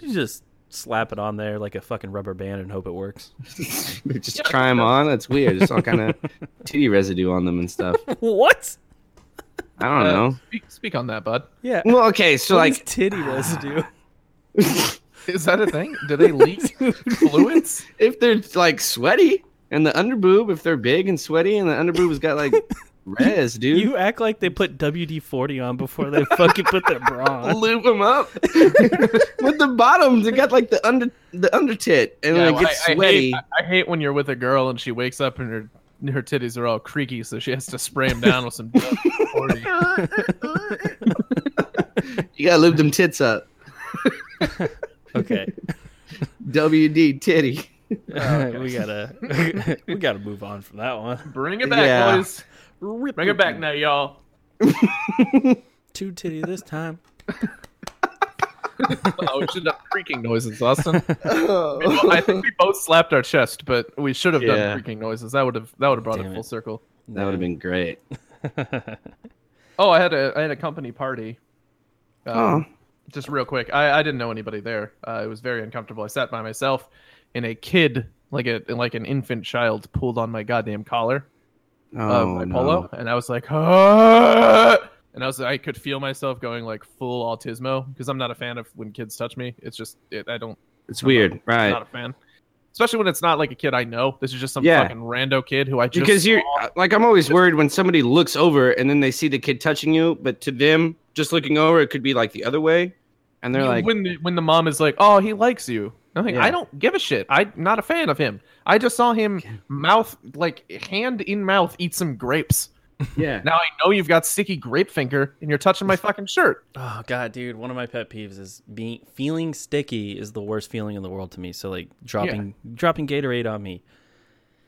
[SPEAKER 3] you just slap it on there like a fucking rubber band and hope it works.
[SPEAKER 2] <laughs>
[SPEAKER 3] <laughs>
[SPEAKER 2] They just try them on. That's weird. It's all kind of titty residue on them and stuff.
[SPEAKER 3] what?
[SPEAKER 2] I don't
[SPEAKER 1] Uh,
[SPEAKER 2] know.
[SPEAKER 1] Speak, speak on that, bud.
[SPEAKER 3] Yeah.
[SPEAKER 2] Well, okay. So
[SPEAKER 3] What is
[SPEAKER 2] like,
[SPEAKER 3] titty
[SPEAKER 2] <sighs>
[SPEAKER 3] residue.
[SPEAKER 1] Is that a thing? Do they
[SPEAKER 2] <laughs>
[SPEAKER 1] leak fluids?
[SPEAKER 2] if they're like sweaty and the underboob, if they're big and sweaty and the underboob's got like res, dude,
[SPEAKER 3] You act like they put WD forty on before they fucking put their bra
[SPEAKER 2] <laughs>
[SPEAKER 3] on.
[SPEAKER 2] lube them up with the bottoms. It got like the under the under tit and
[SPEAKER 1] Yeah,
[SPEAKER 2] then <laughs> it
[SPEAKER 1] well,
[SPEAKER 2] gets
[SPEAKER 1] I, I
[SPEAKER 2] sweaty.
[SPEAKER 1] hate, I- I hate when you're with a girl and she wakes up and her her titties are all creaky, so she has to spray them down
[SPEAKER 2] <laughs>
[SPEAKER 1] with some. WD-40.
[SPEAKER 2] you gotta lube them tits up.
[SPEAKER 3] Okay,
[SPEAKER 2] WD titty.
[SPEAKER 3] we gotta <laughs> we gotta move on from that one.
[SPEAKER 1] Bring it back,
[SPEAKER 2] Yeah.
[SPEAKER 1] boys. Bring it back now, y'all.
[SPEAKER 3] Two titty this time.
[SPEAKER 1] <laughs> Oh, we should have creaking noises, Austin. We bo- I think we both slapped our chest, but we should have
[SPEAKER 2] Yeah.
[SPEAKER 1] done creaking noises. That would have that would have brought
[SPEAKER 3] Damn
[SPEAKER 1] it full
[SPEAKER 3] it.
[SPEAKER 1] circle.
[SPEAKER 2] That would have been great.
[SPEAKER 1] Oh, I had a I had a company party. Um,
[SPEAKER 2] Oh,
[SPEAKER 1] just real quick i, I didn't know anybody there uh, it was very uncomfortable i sat by myself and a kid like a like an infant child pulled on my goddamn collar of
[SPEAKER 2] oh
[SPEAKER 1] my
[SPEAKER 2] no.
[SPEAKER 1] Uh, polo and i was like "Ah!" and i was i could feel myself going like full autismo because i'm not a fan of when kids touch me it's just it, i don't
[SPEAKER 2] It's weird,
[SPEAKER 1] I'm
[SPEAKER 2] right?
[SPEAKER 1] not a fan especially when it's not like a kid i know this is just some
[SPEAKER 2] Yeah.
[SPEAKER 1] fucking rando kid who i just
[SPEAKER 2] because you're uh,
[SPEAKER 1] saw.
[SPEAKER 2] like i'm always worried when somebody looks over and then they see the kid touching you but to them just looking over it could be like the other way and they're
[SPEAKER 1] You-
[SPEAKER 2] like
[SPEAKER 1] when the, when the mom is like, "Oh, he likes you." I'm like,
[SPEAKER 2] Yeah.
[SPEAKER 1] I don't give a shit. I'm not a fan of him. I just saw him mouth like hand in mouth eat some grapes.
[SPEAKER 2] yeah
[SPEAKER 1] <laughs> Now I know you've got sticky grape finger and you're touching my fucking shirt.
[SPEAKER 3] Oh god, dude, one of my pet peeves is being feeling sticky is the worst feeling in the world to me. So like dropping dropping Gatorade on me,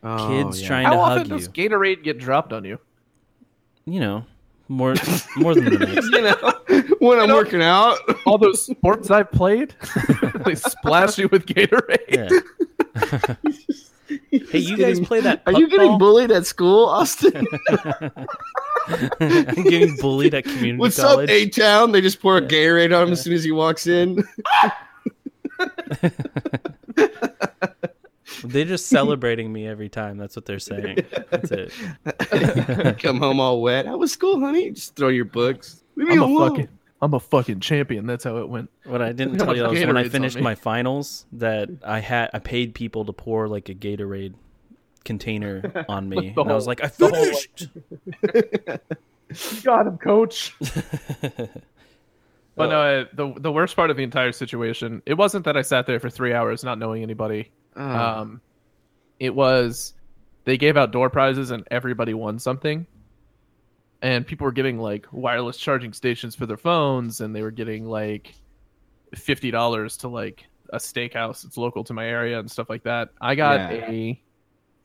[SPEAKER 2] Oh,
[SPEAKER 3] kids
[SPEAKER 2] yeah.
[SPEAKER 3] trying
[SPEAKER 1] How
[SPEAKER 3] to hug
[SPEAKER 1] often
[SPEAKER 3] you.
[SPEAKER 1] does Gatorade get dropped on you?
[SPEAKER 3] You know, more more than the next.
[SPEAKER 2] <laughs> you know when i'm
[SPEAKER 1] know-
[SPEAKER 2] working out
[SPEAKER 1] All those sports I've played, <laughs> they splash you with Gatorade.
[SPEAKER 3] Yeah. hey, you guys play that?
[SPEAKER 2] are you
[SPEAKER 3] puck
[SPEAKER 2] getting
[SPEAKER 3] ball?
[SPEAKER 2] bullied at school <laughs> austin
[SPEAKER 3] <laughs> I'm getting bullied
[SPEAKER 2] <laughs>
[SPEAKER 3] at community
[SPEAKER 2] what's
[SPEAKER 3] college.
[SPEAKER 2] up a town they just pour a gatorade on him as soon as he walks in
[SPEAKER 3] They're just celebrating me every time. That's what they're saying. That's it.
[SPEAKER 2] come home all wet how was school honey just throw your books leave me
[SPEAKER 1] I'm a
[SPEAKER 2] alone
[SPEAKER 1] fucking I'm a fucking champion. That's how it went.
[SPEAKER 3] What
[SPEAKER 1] <laughs>
[SPEAKER 3] I didn't
[SPEAKER 1] Look how
[SPEAKER 3] tell
[SPEAKER 1] much
[SPEAKER 3] you was when
[SPEAKER 1] Gatorade's
[SPEAKER 3] I
[SPEAKER 1] on
[SPEAKER 3] finished
[SPEAKER 1] me.
[SPEAKER 3] my finals that I had I paid people to pour like a Gatorade
[SPEAKER 1] <laughs>
[SPEAKER 3] container on me,
[SPEAKER 1] The
[SPEAKER 3] and I was
[SPEAKER 1] whole-
[SPEAKER 3] like, "I
[SPEAKER 1] the whole-
[SPEAKER 3] finished."
[SPEAKER 6] You got him, coach.
[SPEAKER 2] Oh.
[SPEAKER 1] But no, I, the the worst part of the entire situation, it wasn't that I sat there for three hours not knowing anybody.
[SPEAKER 2] Oh.
[SPEAKER 1] Um, it was they gave out door prizes and everybody won something, and people were getting like wireless charging stations for their phones, and they were getting like fifty dollars to like a steakhouse that's local to my area and stuff like that. I got
[SPEAKER 2] Yeah.
[SPEAKER 1] a,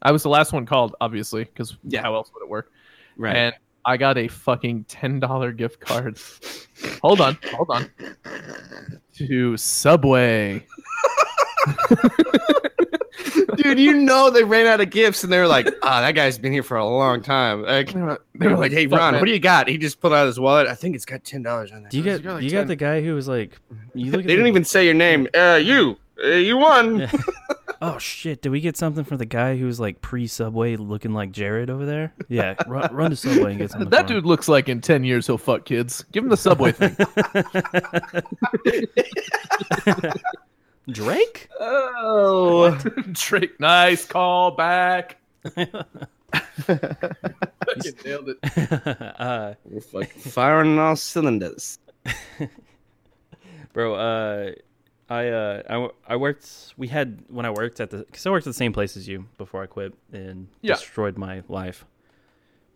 [SPEAKER 1] I was the last one called, obviously, because
[SPEAKER 2] Yeah.
[SPEAKER 1] how else would it work?
[SPEAKER 2] right.
[SPEAKER 1] and I got a fucking ten dollar gift card. hold on, hold on. To Subway.
[SPEAKER 2] Dude, you know they ran out of gifts and they were like, ah, that guy's been here for a long time. Like,
[SPEAKER 1] They were,
[SPEAKER 2] they were like, hey,
[SPEAKER 1] "Fuck,
[SPEAKER 2] Ron,
[SPEAKER 1] man."
[SPEAKER 2] what do you got? He just pulled out his wallet. I think it's got $10 on it.
[SPEAKER 3] Do you
[SPEAKER 2] It's
[SPEAKER 3] got
[SPEAKER 2] got like
[SPEAKER 3] you got
[SPEAKER 2] 10.
[SPEAKER 3] the guy who was like, you look at
[SPEAKER 2] They didn't
[SPEAKER 3] the-
[SPEAKER 2] even say your name. Uh, you. Uh, you won.
[SPEAKER 3] Yeah. Oh shit! Did we get something from the guy who was like pre-subway, looking like Jared over there? Yeah, run, run to Subway and get something.
[SPEAKER 1] that
[SPEAKER 3] for him.
[SPEAKER 1] dude looks like in ten years he'll fuck kids. Give him the Subway <laughs> thing.
[SPEAKER 3] Drake. <laughs>
[SPEAKER 2] Oh.
[SPEAKER 1] <laughs> Drake, nice call <laughs> back. Fucking nailed it.
[SPEAKER 3] uh,
[SPEAKER 2] We're like firing on all cylinders.
[SPEAKER 3] bro uh i uh I, w- I worked we had when i worked at the because i worked at the same place as you before i quit and
[SPEAKER 1] Yeah.
[SPEAKER 3] destroyed my life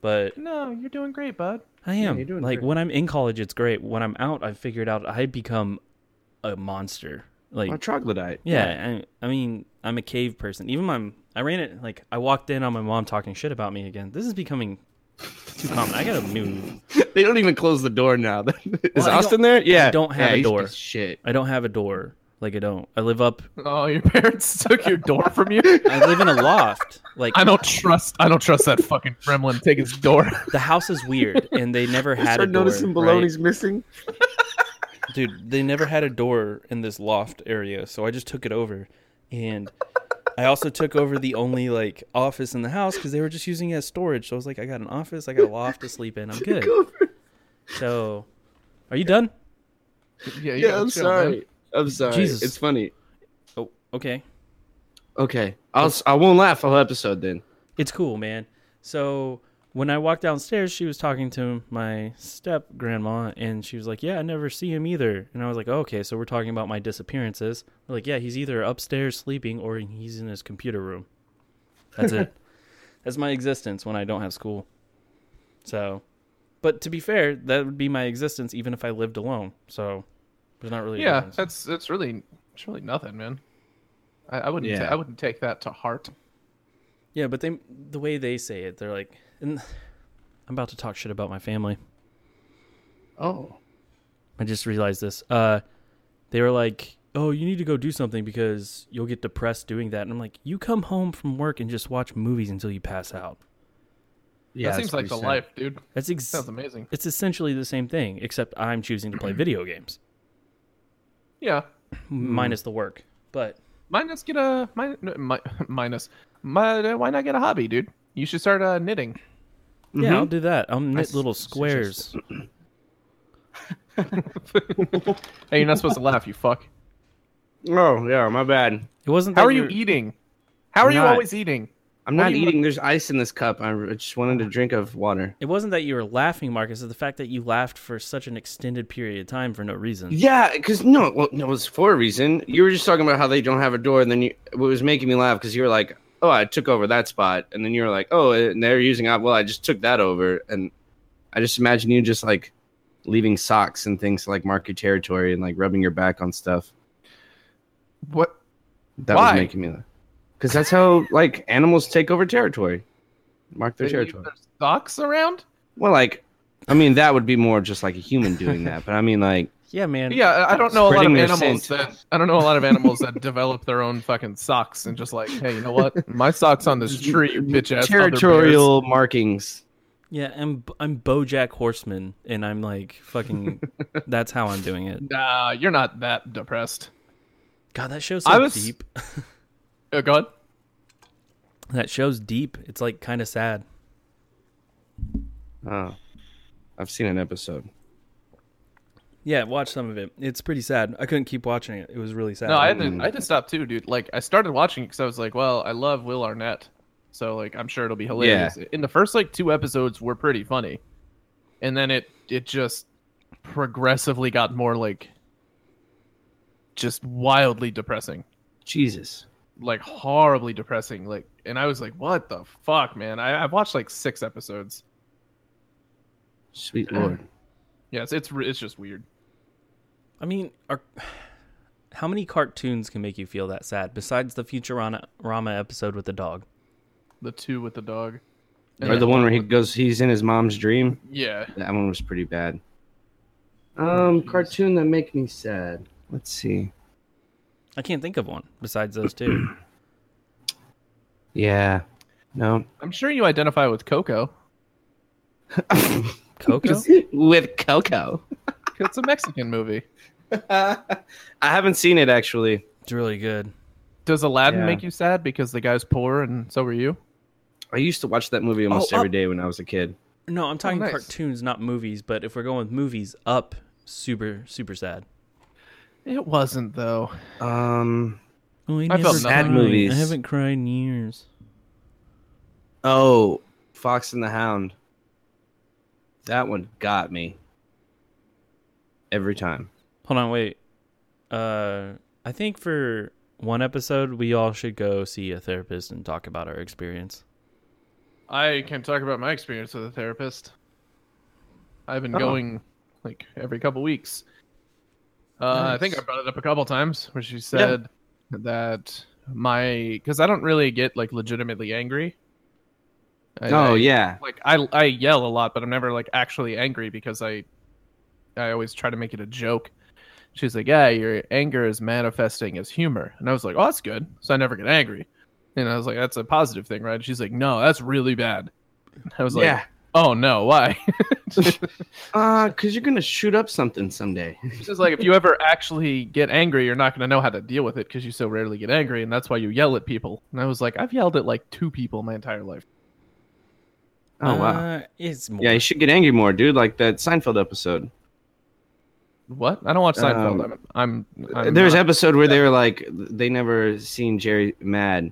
[SPEAKER 3] but
[SPEAKER 1] No, you're doing great, bud.
[SPEAKER 3] i am
[SPEAKER 2] you're doing
[SPEAKER 3] like
[SPEAKER 2] great.
[SPEAKER 3] when i'm in college it's great when i'm out i figured out i become a monster like
[SPEAKER 2] A troglodyte.
[SPEAKER 3] yeah I, I mean i'm a cave person even my i ran it like i walked in on my mom talking shit about me again this is becoming too common i gotta move
[SPEAKER 2] They don't even close the door now. <laughs> Is
[SPEAKER 3] I don't-
[SPEAKER 2] Austin there? Yeah.
[SPEAKER 3] don't have
[SPEAKER 2] Yeah,
[SPEAKER 3] a
[SPEAKER 2] he's
[SPEAKER 3] door.
[SPEAKER 2] piece of Shit.
[SPEAKER 3] i don't have a door like i don't i live up
[SPEAKER 1] Oh, your parents <laughs> took your door from you.
[SPEAKER 3] i live in a loft like
[SPEAKER 1] I don't trust. I don't trust that fucking gremlin. Take his door.
[SPEAKER 3] the house is weird and
[SPEAKER 2] <laughs>
[SPEAKER 3] they never had a
[SPEAKER 2] Start
[SPEAKER 3] door.
[SPEAKER 2] noticing
[SPEAKER 3] right?
[SPEAKER 2] baloney's missing.
[SPEAKER 3] Dude, they never had a door in this loft area, so I just took it over. And I also took over the only like office in the house because they were just using it as storage. So I was like, I got an office, I got a loft to
[SPEAKER 2] <laughs>
[SPEAKER 3] sleep in, I'm good. So are you done?
[SPEAKER 1] <laughs> Yeah, you
[SPEAKER 2] Yeah,
[SPEAKER 1] gotta
[SPEAKER 2] I'm
[SPEAKER 1] chill,
[SPEAKER 2] sorry.
[SPEAKER 1] man.
[SPEAKER 2] I'm sorry.
[SPEAKER 3] Jesus.
[SPEAKER 2] It's funny.
[SPEAKER 3] Oh, okay.
[SPEAKER 2] Okay. I'll s- I won't laugh all episode then.
[SPEAKER 3] It's cool, man. So when I walked downstairs, she was talking to my step grandma, and she was like, "Yeah, I never see him either." And I was like, oh, "Okay, so we're talking about my disappearances." They're like, yeah, he's either upstairs sleeping or he's in his computer room. That's it. That's my existence when I don't have school. So, but to be fair, that would be my existence even if I lived alone. So, there's not really. a
[SPEAKER 1] Yeah,
[SPEAKER 3] difference.
[SPEAKER 1] that's that's really it's really nothing, man. I, I wouldn't ta-
[SPEAKER 2] Yeah.
[SPEAKER 1] I wouldn't take that to heart.
[SPEAKER 3] Yeah, but they the way they say it, they're like, and I'm about to talk shit about my family.
[SPEAKER 2] Oh.
[SPEAKER 3] I just realized this. Uh, they were like, "Oh, you need to go do something because you'll get depressed doing that." And I'm like, "You come home from work and just watch movies until you pass out."
[SPEAKER 2] Yeah.
[SPEAKER 1] that seems
[SPEAKER 2] that's
[SPEAKER 1] like the
[SPEAKER 2] pretty sad.
[SPEAKER 1] life, dude.
[SPEAKER 3] That's ex-
[SPEAKER 1] Sounds amazing.
[SPEAKER 3] it's essentially the same thing, except I'm choosing to
[SPEAKER 1] <clears throat>
[SPEAKER 3] play video games
[SPEAKER 1] Yeah,
[SPEAKER 3] minus the work. But
[SPEAKER 1] minus get a min, no, mi, <laughs> minus. My, why not get a hobby, dude? You should start uh, knitting. Mm-hmm.
[SPEAKER 3] yeah, I'll do that. I'll knit
[SPEAKER 2] s-
[SPEAKER 3] little squares.
[SPEAKER 1] Hey, you're not supposed to laugh, you
[SPEAKER 2] <laughs>
[SPEAKER 1] fuck.
[SPEAKER 2] Oh, yeah. My bad.
[SPEAKER 3] It wasn't.
[SPEAKER 1] How
[SPEAKER 3] that
[SPEAKER 1] are you
[SPEAKER 3] we're-
[SPEAKER 1] eating? How are you
[SPEAKER 2] Not.
[SPEAKER 1] always eating?
[SPEAKER 2] I'm
[SPEAKER 1] What
[SPEAKER 2] not
[SPEAKER 1] do you-
[SPEAKER 2] eating. There's ice in this cup. I r- just wanted a drink of water.
[SPEAKER 3] It wasn't that you were laughing, Marcus. It's the fact that you laughed for such an extended period of time for no reason.
[SPEAKER 2] Yeah, because no, well, no, it was for a reason. You were just talking about how they don't have a door, and then you, what was making me laugh because you were like, "Oh, I took over that spot," and then you were like, "Oh, and they're using up." Well, I just took that over, and I just imagine you just like leaving socks and things to, like mark your territory and like rubbing your back on stuff.
[SPEAKER 1] What?
[SPEAKER 2] That
[SPEAKER 1] Why?
[SPEAKER 2] was making me laugh because that's how like animals take over territory, mark their
[SPEAKER 1] They leave
[SPEAKER 2] territory.
[SPEAKER 1] their socks around?
[SPEAKER 2] Well, like, I mean, that would be more just like a human doing that, but I mean, like,
[SPEAKER 3] Yeah, man.
[SPEAKER 1] Yeah, I I don't know a lot
[SPEAKER 2] Spreading
[SPEAKER 1] of
[SPEAKER 2] their
[SPEAKER 1] animals
[SPEAKER 2] scent.
[SPEAKER 1] that I don't know a lot of animals that develop their own fucking socks and just like, hey, you know what? My socks
[SPEAKER 2] <laughs>
[SPEAKER 1] on this tree, you bitch ass. other bears.
[SPEAKER 2] territorial markings.
[SPEAKER 3] Yeah, I'm I'm BoJack Horseman, and I'm like
[SPEAKER 1] <laughs>
[SPEAKER 3] fucking. that's how I'm doing it.
[SPEAKER 1] Nah, you're not that depressed.
[SPEAKER 3] God, that show's so
[SPEAKER 1] I was-
[SPEAKER 3] deep. <laughs>
[SPEAKER 1] Oh, go ahead.
[SPEAKER 3] That show's deep. It's like kind of sad.
[SPEAKER 2] Oh, I've seen an episode.
[SPEAKER 3] Yeah, watch some of it. It's pretty sad. I couldn't keep watching it. It was really sad.
[SPEAKER 2] Um,
[SPEAKER 1] No, I had to, I had to stop too, dude. Like I started watching it because I was like, well, I love Will Arnett, So like I'm sure it'll be hilarious. In the first like two episodes were pretty funny. And then it it just progressively got more like just wildly depressing.
[SPEAKER 2] Jesus.
[SPEAKER 1] Like horribly depressing. Like and I was like, what the fuck, man? I, I've watched like six episodes.
[SPEAKER 2] Sweet Lord.
[SPEAKER 1] Yes, it's re- it's just weird.
[SPEAKER 3] I mean, are, how many cartoons can make you feel that sad besides the Futurama Rama episode with the dog?
[SPEAKER 1] The two with the dog. And
[SPEAKER 2] Or
[SPEAKER 1] then-
[SPEAKER 2] the one where he goes, he's in his mom's dream.
[SPEAKER 1] Yeah.
[SPEAKER 2] That one was pretty bad.
[SPEAKER 1] Oh,
[SPEAKER 2] Um,
[SPEAKER 1] jeez.
[SPEAKER 2] cartoon that make me sad. Let's see.
[SPEAKER 3] I can't think of one besides those
[SPEAKER 1] <clears throat>
[SPEAKER 3] two.
[SPEAKER 2] Yeah. No.
[SPEAKER 1] I'm sure you identify with Coco.
[SPEAKER 3] Coco?
[SPEAKER 2] With Coco.
[SPEAKER 1] 'cause It's a Mexican movie.
[SPEAKER 2] I haven't seen it actually.
[SPEAKER 3] It's really good.
[SPEAKER 1] Does Aladdin
[SPEAKER 2] Yeah.
[SPEAKER 1] make you sad because the guy's poor and so were you?
[SPEAKER 2] I used to watch that movie almost
[SPEAKER 3] Oh,
[SPEAKER 2] every
[SPEAKER 3] up.
[SPEAKER 2] day when I was a kid.
[SPEAKER 3] No, I'm talking
[SPEAKER 1] nice.
[SPEAKER 3] cartoons, not movies. But if we're going with movies, Up, super, super sad.
[SPEAKER 1] It wasn't though.
[SPEAKER 2] Um.
[SPEAKER 3] Oh,
[SPEAKER 1] I felt sad
[SPEAKER 2] movies.
[SPEAKER 3] I haven't cried in years.
[SPEAKER 2] Oh, Fox and the Hound. That one got me. Every time.
[SPEAKER 3] Hold on, wait. Uh, I think for one episode, we all should go see a therapist and talk about our experience.
[SPEAKER 1] I can talk about my experience with a therapist. I've been
[SPEAKER 2] Oh.
[SPEAKER 1] going like every couple weeks. Uh, I think I
[SPEAKER 2] Nice.
[SPEAKER 1] brought it up a couple times where she said that my because I don't really get like legitimately angry. I,
[SPEAKER 2] oh
[SPEAKER 1] I-
[SPEAKER 2] yeah.
[SPEAKER 1] like I I yell a lot, but I'm never like actually angry because I I always try to make it a joke. She's like, "Yeah, your anger is manifesting as humor," and I was like, "Oh, that's good." So I never get angry, and I was like, "That's a positive thing, right?" She's like, "No, that's really bad." And I was like,
[SPEAKER 2] yeah.
[SPEAKER 1] "Oh no, why?" <laughs>
[SPEAKER 2] Uh, cause you're gonna shoot up something someday.
[SPEAKER 1] She's like, "If you ever actually get angry, you're not going to know how to deal with it because you so rarely get angry, and that's why you yell at people." And I was like, "I've yelled at like two people my entire life."
[SPEAKER 2] Oh wow.
[SPEAKER 3] Uh, it's more.
[SPEAKER 2] Yeah, you should get angry more, dude. Like that Seinfeld episode.
[SPEAKER 1] What? I don't watch Seinfeld.
[SPEAKER 2] Um,
[SPEAKER 1] I'm, I'm, I'm
[SPEAKER 2] there was
[SPEAKER 1] not-
[SPEAKER 2] an episode where they were like, they never seen Jerry mad,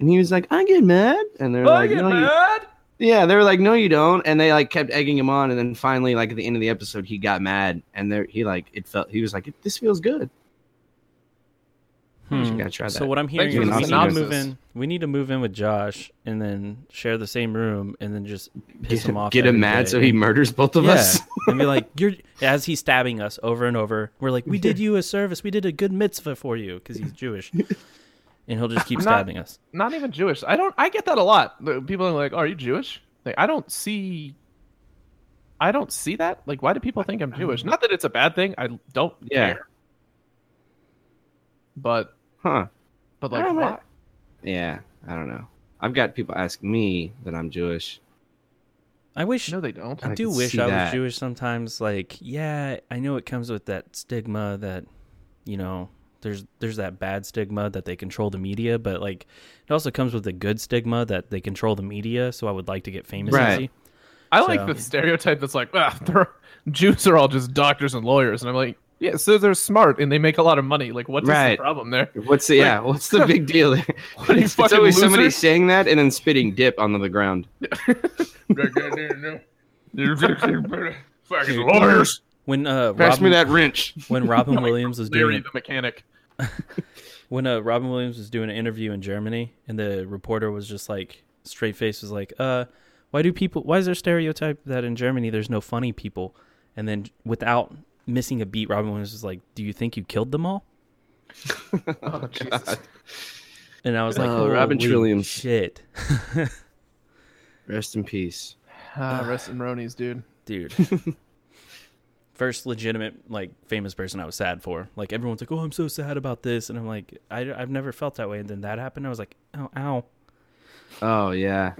[SPEAKER 2] and he was like, "I get mad," and
[SPEAKER 1] I
[SPEAKER 2] they're like,
[SPEAKER 1] get
[SPEAKER 2] "No, you-"
[SPEAKER 1] mad.
[SPEAKER 2] yeah." They were like, "No, you don't," and they like kept egging him on, and then finally, like at the end of the episode, he got mad, and there he like it felt he was like, "This feels good."
[SPEAKER 3] Hmm.
[SPEAKER 2] gotta try
[SPEAKER 3] So
[SPEAKER 2] that.
[SPEAKER 3] what I'm
[SPEAKER 1] Thanks
[SPEAKER 3] hearing
[SPEAKER 2] for
[SPEAKER 3] is
[SPEAKER 2] the
[SPEAKER 3] we need to
[SPEAKER 2] synopsis.
[SPEAKER 3] move in. We need to move in with Josh and then share the same room and then just piss
[SPEAKER 2] Get,
[SPEAKER 3] him off.
[SPEAKER 2] get him
[SPEAKER 3] every
[SPEAKER 2] mad
[SPEAKER 3] day.
[SPEAKER 2] so he murders both of
[SPEAKER 3] yeah.
[SPEAKER 2] us.
[SPEAKER 3] <laughs> and be like, "You're," as he's stabbing us over and over. We're like, "We did you a service. We did a good mitzvah for you," because he's Jewish, and he'll just keep
[SPEAKER 1] I'm not-
[SPEAKER 3] stabbing us.
[SPEAKER 1] not even Jewish. I don't. I get that a lot. The People are like, "Are you Jewish?" Like, I don't see. I don't see that. Like, why do people think I'm Jewish? Not that it's a bad thing. I don't
[SPEAKER 2] Yeah.
[SPEAKER 1] care. But
[SPEAKER 2] Huh?
[SPEAKER 1] but
[SPEAKER 2] I
[SPEAKER 1] like,
[SPEAKER 2] don't know.
[SPEAKER 1] why?
[SPEAKER 2] Yeah, I don't know. I've got people ask me that I'm Jewish.
[SPEAKER 3] I wish
[SPEAKER 1] no, they don't.
[SPEAKER 2] I
[SPEAKER 3] I do
[SPEAKER 2] could
[SPEAKER 3] wish
[SPEAKER 2] see
[SPEAKER 3] I was
[SPEAKER 2] that.
[SPEAKER 3] Jewish sometimes. Like, yeah, I know it comes with that stigma that, you know, there's there's that bad stigma that they control the media, but like it also comes with the good stigma that they control the media. So I would like to get famous
[SPEAKER 2] Right.
[SPEAKER 3] easy.
[SPEAKER 1] I like
[SPEAKER 3] So-
[SPEAKER 1] the stereotype that's like, ah, <laughs> they're, Jews are all just doctors and lawyers, and I'm like, yeah, so they're smart and they make a lot of money. Like, what's the
[SPEAKER 2] Right.
[SPEAKER 1] problem
[SPEAKER 2] <laughs>
[SPEAKER 1] there?
[SPEAKER 2] What's the yeah? What's the big deal? there?
[SPEAKER 1] <laughs> What are you
[SPEAKER 2] <laughs> it's
[SPEAKER 1] fucking
[SPEAKER 2] always somebody
[SPEAKER 1] losers?
[SPEAKER 2] saying that and then spitting dip onto the ground.
[SPEAKER 1] <laughs> Fucking lawyers.
[SPEAKER 3] When uh
[SPEAKER 2] Pass me
[SPEAKER 3] Robin-
[SPEAKER 2] that wrench. <laughs>
[SPEAKER 3] when Robin Williams was
[SPEAKER 1] Larry
[SPEAKER 3] doing
[SPEAKER 1] the mechanic.
[SPEAKER 3] when uh, Robin Williams was doing an interview in Germany, and the reporter was just like straight face was like, "Uh, why do people? Why is there a stereotype that in Germany there's no funny people?" And then without missing a beat, Robin Williams was like, "Do you think you killed them all?"
[SPEAKER 1] Oh, <laughs> Jesus.
[SPEAKER 3] And I was like,
[SPEAKER 2] Oh, Robin
[SPEAKER 3] "Holy
[SPEAKER 2] Williams."
[SPEAKER 3] shit,
[SPEAKER 2] Rest in peace.
[SPEAKER 1] Ah, rest in Ronies, dude.
[SPEAKER 2] <laughs>
[SPEAKER 3] dude." First legitimate like famous person I was sad for. Like everyone's like, "Oh, I'm so sad about this," and I'm like, I, have never felt that way." And then that happened. I was like, "Oh, ow."
[SPEAKER 2] Oh yeah,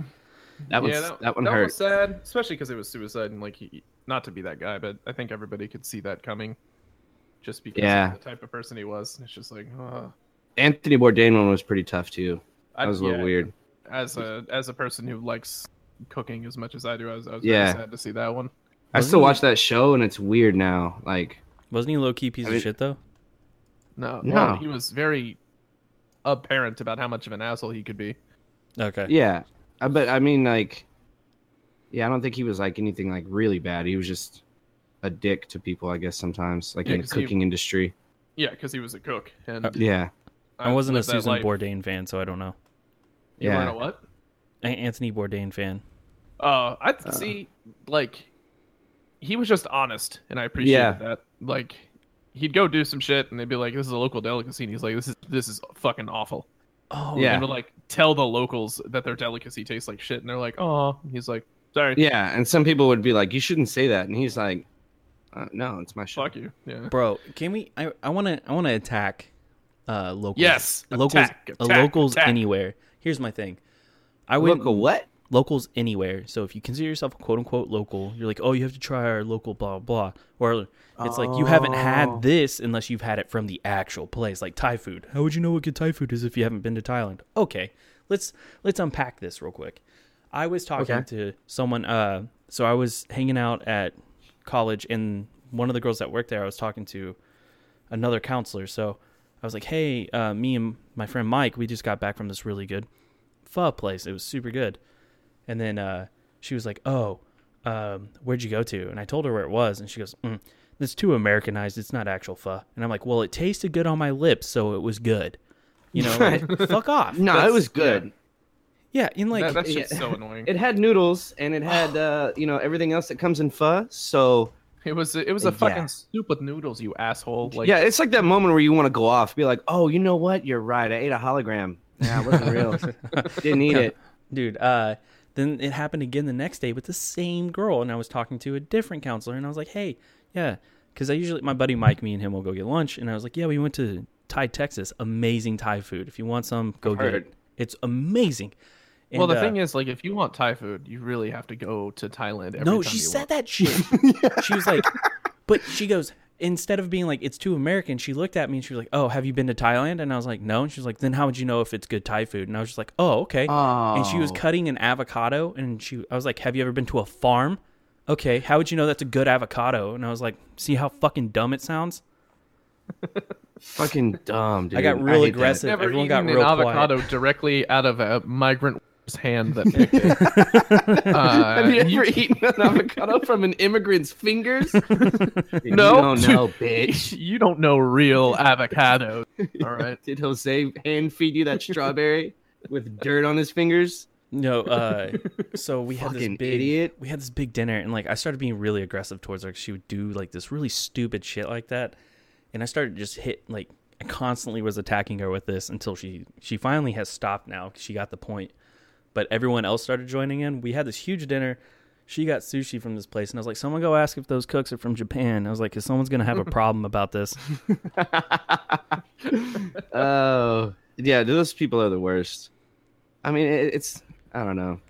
[SPEAKER 2] that was that, one hurt.
[SPEAKER 1] was sad, especially because it was suicide and like he, not to be that guy, but I think everybody could see that coming, just because
[SPEAKER 2] Yeah.
[SPEAKER 1] of the type of person he was. It's just like, uh,
[SPEAKER 2] Anthony Bourdain one was pretty tough too.
[SPEAKER 1] I
[SPEAKER 2] That was a little
[SPEAKER 1] yeah,
[SPEAKER 2] weird.
[SPEAKER 1] As a as a person who likes cooking as much as I do, I was, I was
[SPEAKER 2] Yeah.
[SPEAKER 1] very sad to see that one.
[SPEAKER 2] I still watch that show and it's weird now. Like
[SPEAKER 3] Wasn't he a low key piece
[SPEAKER 2] I mean-
[SPEAKER 3] of shit though?
[SPEAKER 1] No,
[SPEAKER 2] No.
[SPEAKER 1] well, he was very apparent about how much of an asshole he could be.
[SPEAKER 3] Okay.
[SPEAKER 2] Yeah, I but I mean, like, yeah, I don't think he was like anything like really bad. He was just a dick to people, I guess. Sometimes, like
[SPEAKER 1] Yeah,
[SPEAKER 2] in the
[SPEAKER 1] 'cause he-
[SPEAKER 2] cooking industry.
[SPEAKER 1] Yeah, because he was a cook, and
[SPEAKER 2] Yeah,
[SPEAKER 3] I wasn't a Susan
[SPEAKER 1] Board.
[SPEAKER 3] Bourdain fan, so I don't know.
[SPEAKER 1] You
[SPEAKER 2] yeah.
[SPEAKER 1] weren't a what?
[SPEAKER 3] A- Anthony Bourdain fan.
[SPEAKER 1] Uh, I th-
[SPEAKER 2] Uh.
[SPEAKER 1] see, like, he was just honest, and I appreciated
[SPEAKER 2] Yeah.
[SPEAKER 1] that. Like, he'd go do some shit, and they'd be like, "This is a local delicacy," and he's like, "This is this is fucking awful."
[SPEAKER 3] Oh,
[SPEAKER 2] Yeah.
[SPEAKER 1] And would like tell the locals that their delicacy tastes like shit, and they're like, "Oh," he's like, "Sorry,
[SPEAKER 2] Yeah, and some people would be like, "You shouldn't say that," and he's like, uh, "No, it's my shit."
[SPEAKER 1] fuck you." Yeah.
[SPEAKER 3] bro. Can we? I I want to I want to attack uh locals.
[SPEAKER 1] Yes,
[SPEAKER 3] locals.
[SPEAKER 1] attack,
[SPEAKER 3] uh,
[SPEAKER 1] attack,
[SPEAKER 3] locals
[SPEAKER 1] attack.
[SPEAKER 3] anywhere. Here's my thing. I would
[SPEAKER 2] Local what?
[SPEAKER 3] locals anywhere. So if you consider yourself quote unquote local, you're like, oh, you have to try our local blah blah. Or it's like you haven't
[SPEAKER 2] Oh.
[SPEAKER 3] had this unless you've had it from the actual place, like Thai food. How would you know what good Thai food is if you haven't been to Thailand? Okay, let's let's unpack this real quick. I was talking
[SPEAKER 2] Okay.
[SPEAKER 3] to someone. Uh, so I was hanging out at college, and one of the girls that worked there, I was talking to another counselor. So I was like, hey, uh, me and my friend Mike, we just got back from this really good pho place. It was super good. And then uh, she was like, "Oh, um, where'd you go to?" And I told her where it was, and she goes, mm, "That's too Americanized. It's not actual pho." And I'm like, "Well, it tasted good on my lips, so it was good." You
[SPEAKER 1] <laughs>
[SPEAKER 3] know, like, fuck off.
[SPEAKER 2] No, it
[SPEAKER 1] That's-
[SPEAKER 2] was good.
[SPEAKER 3] Yeah, and like,
[SPEAKER 1] that, that's just
[SPEAKER 2] yeah.
[SPEAKER 1] so
[SPEAKER 3] <laughs>
[SPEAKER 1] annoying. It,
[SPEAKER 2] It had noodles and it <sighs> had uh, you know everything else that comes in pho. So
[SPEAKER 1] was it was a
[SPEAKER 2] Yeah.
[SPEAKER 1] fucking soup with noodles, you asshole. Like,
[SPEAKER 2] yeah, it's like that moment where you want to go off, be like, "Oh, you know what? You're right. I ate a hologram. Yeah, it wasn't real. <laughs> Didn't eat it."
[SPEAKER 3] dude. Uh, then it happened again the next day with the same girl, and I was talking to a different counselor, and I was like, "Hey, yeah," because I usually my buddy Mike, me and him will go get lunch, and I was like, "Yeah, we went to Thai, Texas. Amazing Thai food. If you want some, go get
[SPEAKER 2] heard.
[SPEAKER 3] it. It's amazing." uh,
[SPEAKER 1] Well, the thing
[SPEAKER 3] thing is.
[SPEAKER 1] is, like, if you want Thai food, you really have to go to Thailand. Every
[SPEAKER 3] no,
[SPEAKER 1] time
[SPEAKER 3] she
[SPEAKER 1] you
[SPEAKER 3] said
[SPEAKER 1] want.
[SPEAKER 3] that shit. she was like, but she goes, instead of being like, it's too American, she looked at me and she was like, oh, have you been to Thailand? And I was like, no. And she was like, then how would you know if it's good Thai food? And I was just like, oh, okay. And she was
[SPEAKER 2] Oh.
[SPEAKER 3] cutting an avocado and she, I was like, have you ever been to a farm? Okay, how would you know that's a good avocado? And I was like, see how fucking dumb it sounds?
[SPEAKER 2] Fucking dumb, dude.
[SPEAKER 3] I got real
[SPEAKER 2] hate that.
[SPEAKER 3] aggressive.
[SPEAKER 1] Never
[SPEAKER 3] Everyone got
[SPEAKER 1] eaten
[SPEAKER 3] real
[SPEAKER 1] an
[SPEAKER 3] quiet.
[SPEAKER 1] avocado directly out of a migrant hand
[SPEAKER 3] <laughs>
[SPEAKER 1] that picked it. Uh,
[SPEAKER 2] Have you ever
[SPEAKER 1] you-
[SPEAKER 2] eaten an <laughs> avocado from an immigrant's fingers? You
[SPEAKER 1] No.
[SPEAKER 2] don't
[SPEAKER 1] <laughs>
[SPEAKER 2] know, bitch.
[SPEAKER 1] you don't know real avocado. All right.
[SPEAKER 2] Did Jose hand feed you that <laughs> strawberry with dirt on his fingers?
[SPEAKER 3] No, uh, so we had this
[SPEAKER 2] Fucking
[SPEAKER 3] big
[SPEAKER 2] idiot.
[SPEAKER 3] we had this big dinner, and like I started being really aggressive towards her. 'cause She would do like this really stupid shit like that, and I started just hit like I constantly was attacking her with this until she she finally has stopped now. 'cause She got the point, but everyone else started joining in. We had this huge dinner. She got sushi from this place, and I was like, "Someone go ask if those cooks are from Japan." I was like, "Cause someone's
[SPEAKER 2] <laughs>
[SPEAKER 3] gonna have a problem about this."
[SPEAKER 2] Oh, yeah. Those people are the worst. I mean, it, it's I don't know.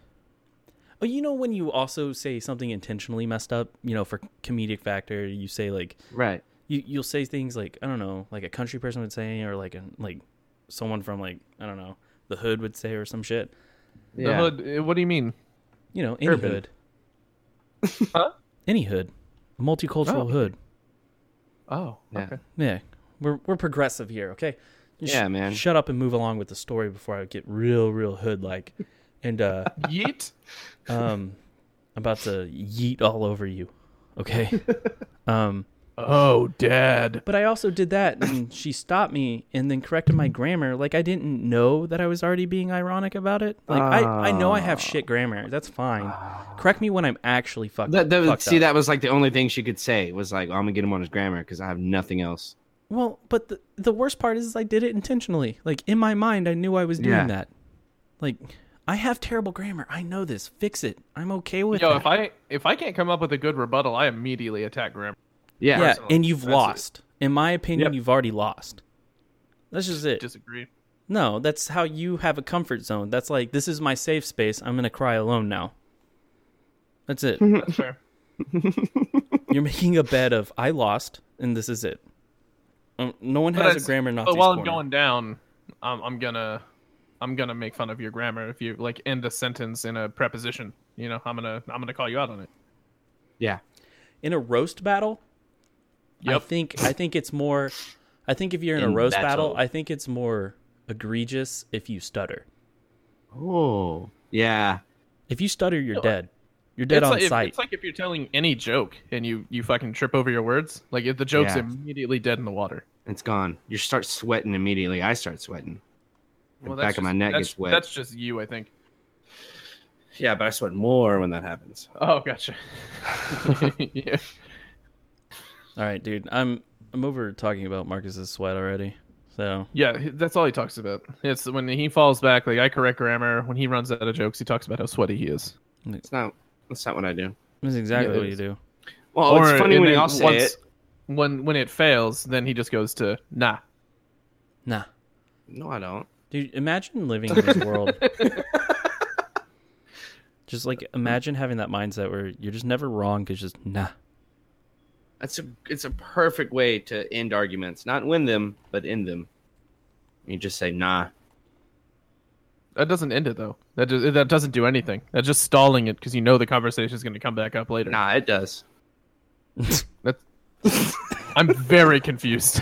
[SPEAKER 3] Oh, you know when you also say something intentionally messed up, you know, for comedic factor, you say like.
[SPEAKER 2] Right.
[SPEAKER 3] you you'll say things like I don't know, like a country person would say, or like a like someone from like I don't know the hood would say, or some shit.
[SPEAKER 1] The
[SPEAKER 2] <laughs> Yeah.
[SPEAKER 1] hood- uh, what do you mean?
[SPEAKER 3] You know, any
[SPEAKER 2] Urban.
[SPEAKER 3] hood,
[SPEAKER 1] Huh?
[SPEAKER 3] any hood, a multicultural
[SPEAKER 1] Oh.
[SPEAKER 3] hood.
[SPEAKER 1] Oh,
[SPEAKER 2] Yeah.
[SPEAKER 1] okay.
[SPEAKER 3] Yeah, we're we're progressive here, okay? Just
[SPEAKER 2] Yeah, man.
[SPEAKER 3] Shut up and move along with the story before I get real, real hood like,
[SPEAKER 2] <laughs>
[SPEAKER 3] and uh,
[SPEAKER 1] Yeet.
[SPEAKER 3] um, about to yeet all over you, okay? um.
[SPEAKER 1] Oh, dad.
[SPEAKER 3] But I also did that, and she stopped me and then corrected my grammar. Like I didn't know that I was already being ironic about it. Like I, I know I have shit grammar. That's fine. Correct me when I'm actually fuck-
[SPEAKER 2] That, that was,
[SPEAKER 3] fucked
[SPEAKER 2] see,
[SPEAKER 3] up.
[SPEAKER 2] that was like the only thing she could say was like, "Oh, "I'm gonna get him on his grammar because I have nothing else."
[SPEAKER 3] Well, but the, the worst part is I did it intentionally. Like in my mind, I knew I was doing
[SPEAKER 2] Yeah.
[SPEAKER 3] that. Like I have terrible grammar. I know this. Fix it. I'm okay with
[SPEAKER 1] Yo,
[SPEAKER 3] that.
[SPEAKER 1] if I if I can't come up with a good rebuttal, I immediately attack grammar.
[SPEAKER 2] Yeah.
[SPEAKER 3] yeah, and you've
[SPEAKER 1] That's it.
[SPEAKER 3] lost. In my opinion,
[SPEAKER 1] Yep.
[SPEAKER 3] you've already lost. That's just it.
[SPEAKER 1] Disagree.
[SPEAKER 3] No, that's how you have a comfort zone. That's like this is my safe space. I'm gonna cry alone now. That's it.
[SPEAKER 1] That's
[SPEAKER 2] <laughs>
[SPEAKER 1] fair.
[SPEAKER 3] You're making a bed of I lost, and this is it. Um, no one
[SPEAKER 1] But
[SPEAKER 3] has a
[SPEAKER 1] it's-
[SPEAKER 3] grammar Nazi.
[SPEAKER 1] But while I'm
[SPEAKER 3] corner.
[SPEAKER 1] going down, I'm, I'm gonna I'm gonna make fun of your grammar if you like end a sentence in a preposition. You know, I'm gonna I'm gonna call you out on it.
[SPEAKER 2] Yeah.
[SPEAKER 3] in a roast battle, I
[SPEAKER 1] Yep.
[SPEAKER 3] think I think it's more. I think if you're in, a
[SPEAKER 2] In
[SPEAKER 3] roast
[SPEAKER 2] battle.
[SPEAKER 3] battle, I think it's more egregious if you stutter.
[SPEAKER 2] Oh, yeah.
[SPEAKER 3] If you stutter, you're dead. You're dead
[SPEAKER 1] it's
[SPEAKER 3] on
[SPEAKER 1] like, if-
[SPEAKER 3] sight.
[SPEAKER 1] it's like if you're telling any joke and you you fucking trip over your words, like if the joke's
[SPEAKER 2] Yeah.
[SPEAKER 1] immediately dead in the water.
[SPEAKER 2] It's gone. You start sweating immediately. I start sweating. the back
[SPEAKER 1] that's
[SPEAKER 2] of my
[SPEAKER 1] just-
[SPEAKER 2] neck
[SPEAKER 1] that's-
[SPEAKER 2] gets wet.
[SPEAKER 1] That's just you, I think.
[SPEAKER 2] Yeah, but I sweat more when that <laughs> happens.
[SPEAKER 1] Oh, gotcha. <laughs> yeah.
[SPEAKER 3] All right, dude. I'm I'm over talking about Marcus's sweat already. So
[SPEAKER 1] yeah, he- that's all he talks about. It's when he falls back. Like I correct grammar. When he runs out of jokes, he talks about how sweaty he is.
[SPEAKER 2] It's not. That's not what I do.
[SPEAKER 3] that's exactly
[SPEAKER 1] Yeah,
[SPEAKER 3] what
[SPEAKER 1] it
[SPEAKER 3] you
[SPEAKER 1] is.
[SPEAKER 3] do.
[SPEAKER 2] Well,
[SPEAKER 1] Or-
[SPEAKER 2] it's funny
[SPEAKER 1] and
[SPEAKER 2] when
[SPEAKER 1] then
[SPEAKER 2] y'all say
[SPEAKER 1] once-
[SPEAKER 2] it.
[SPEAKER 1] When when it fails, then he just goes to nah.
[SPEAKER 3] Nah,
[SPEAKER 2] No, I don't.
[SPEAKER 3] dude. Imagine living in this
[SPEAKER 1] <laughs>
[SPEAKER 3] world. just like imagine having that mindset where you're just never wrong because just nah.
[SPEAKER 2] That's a. It's a perfect way to end arguments. Not win them, but end them. You just say nah.
[SPEAKER 1] That doesn't end it though. That do, that doesn't do anything. That's just stalling it because you know the conversation is going to come back up later.
[SPEAKER 2] Nah, it does.
[SPEAKER 1] That's, <laughs> I'm very confused.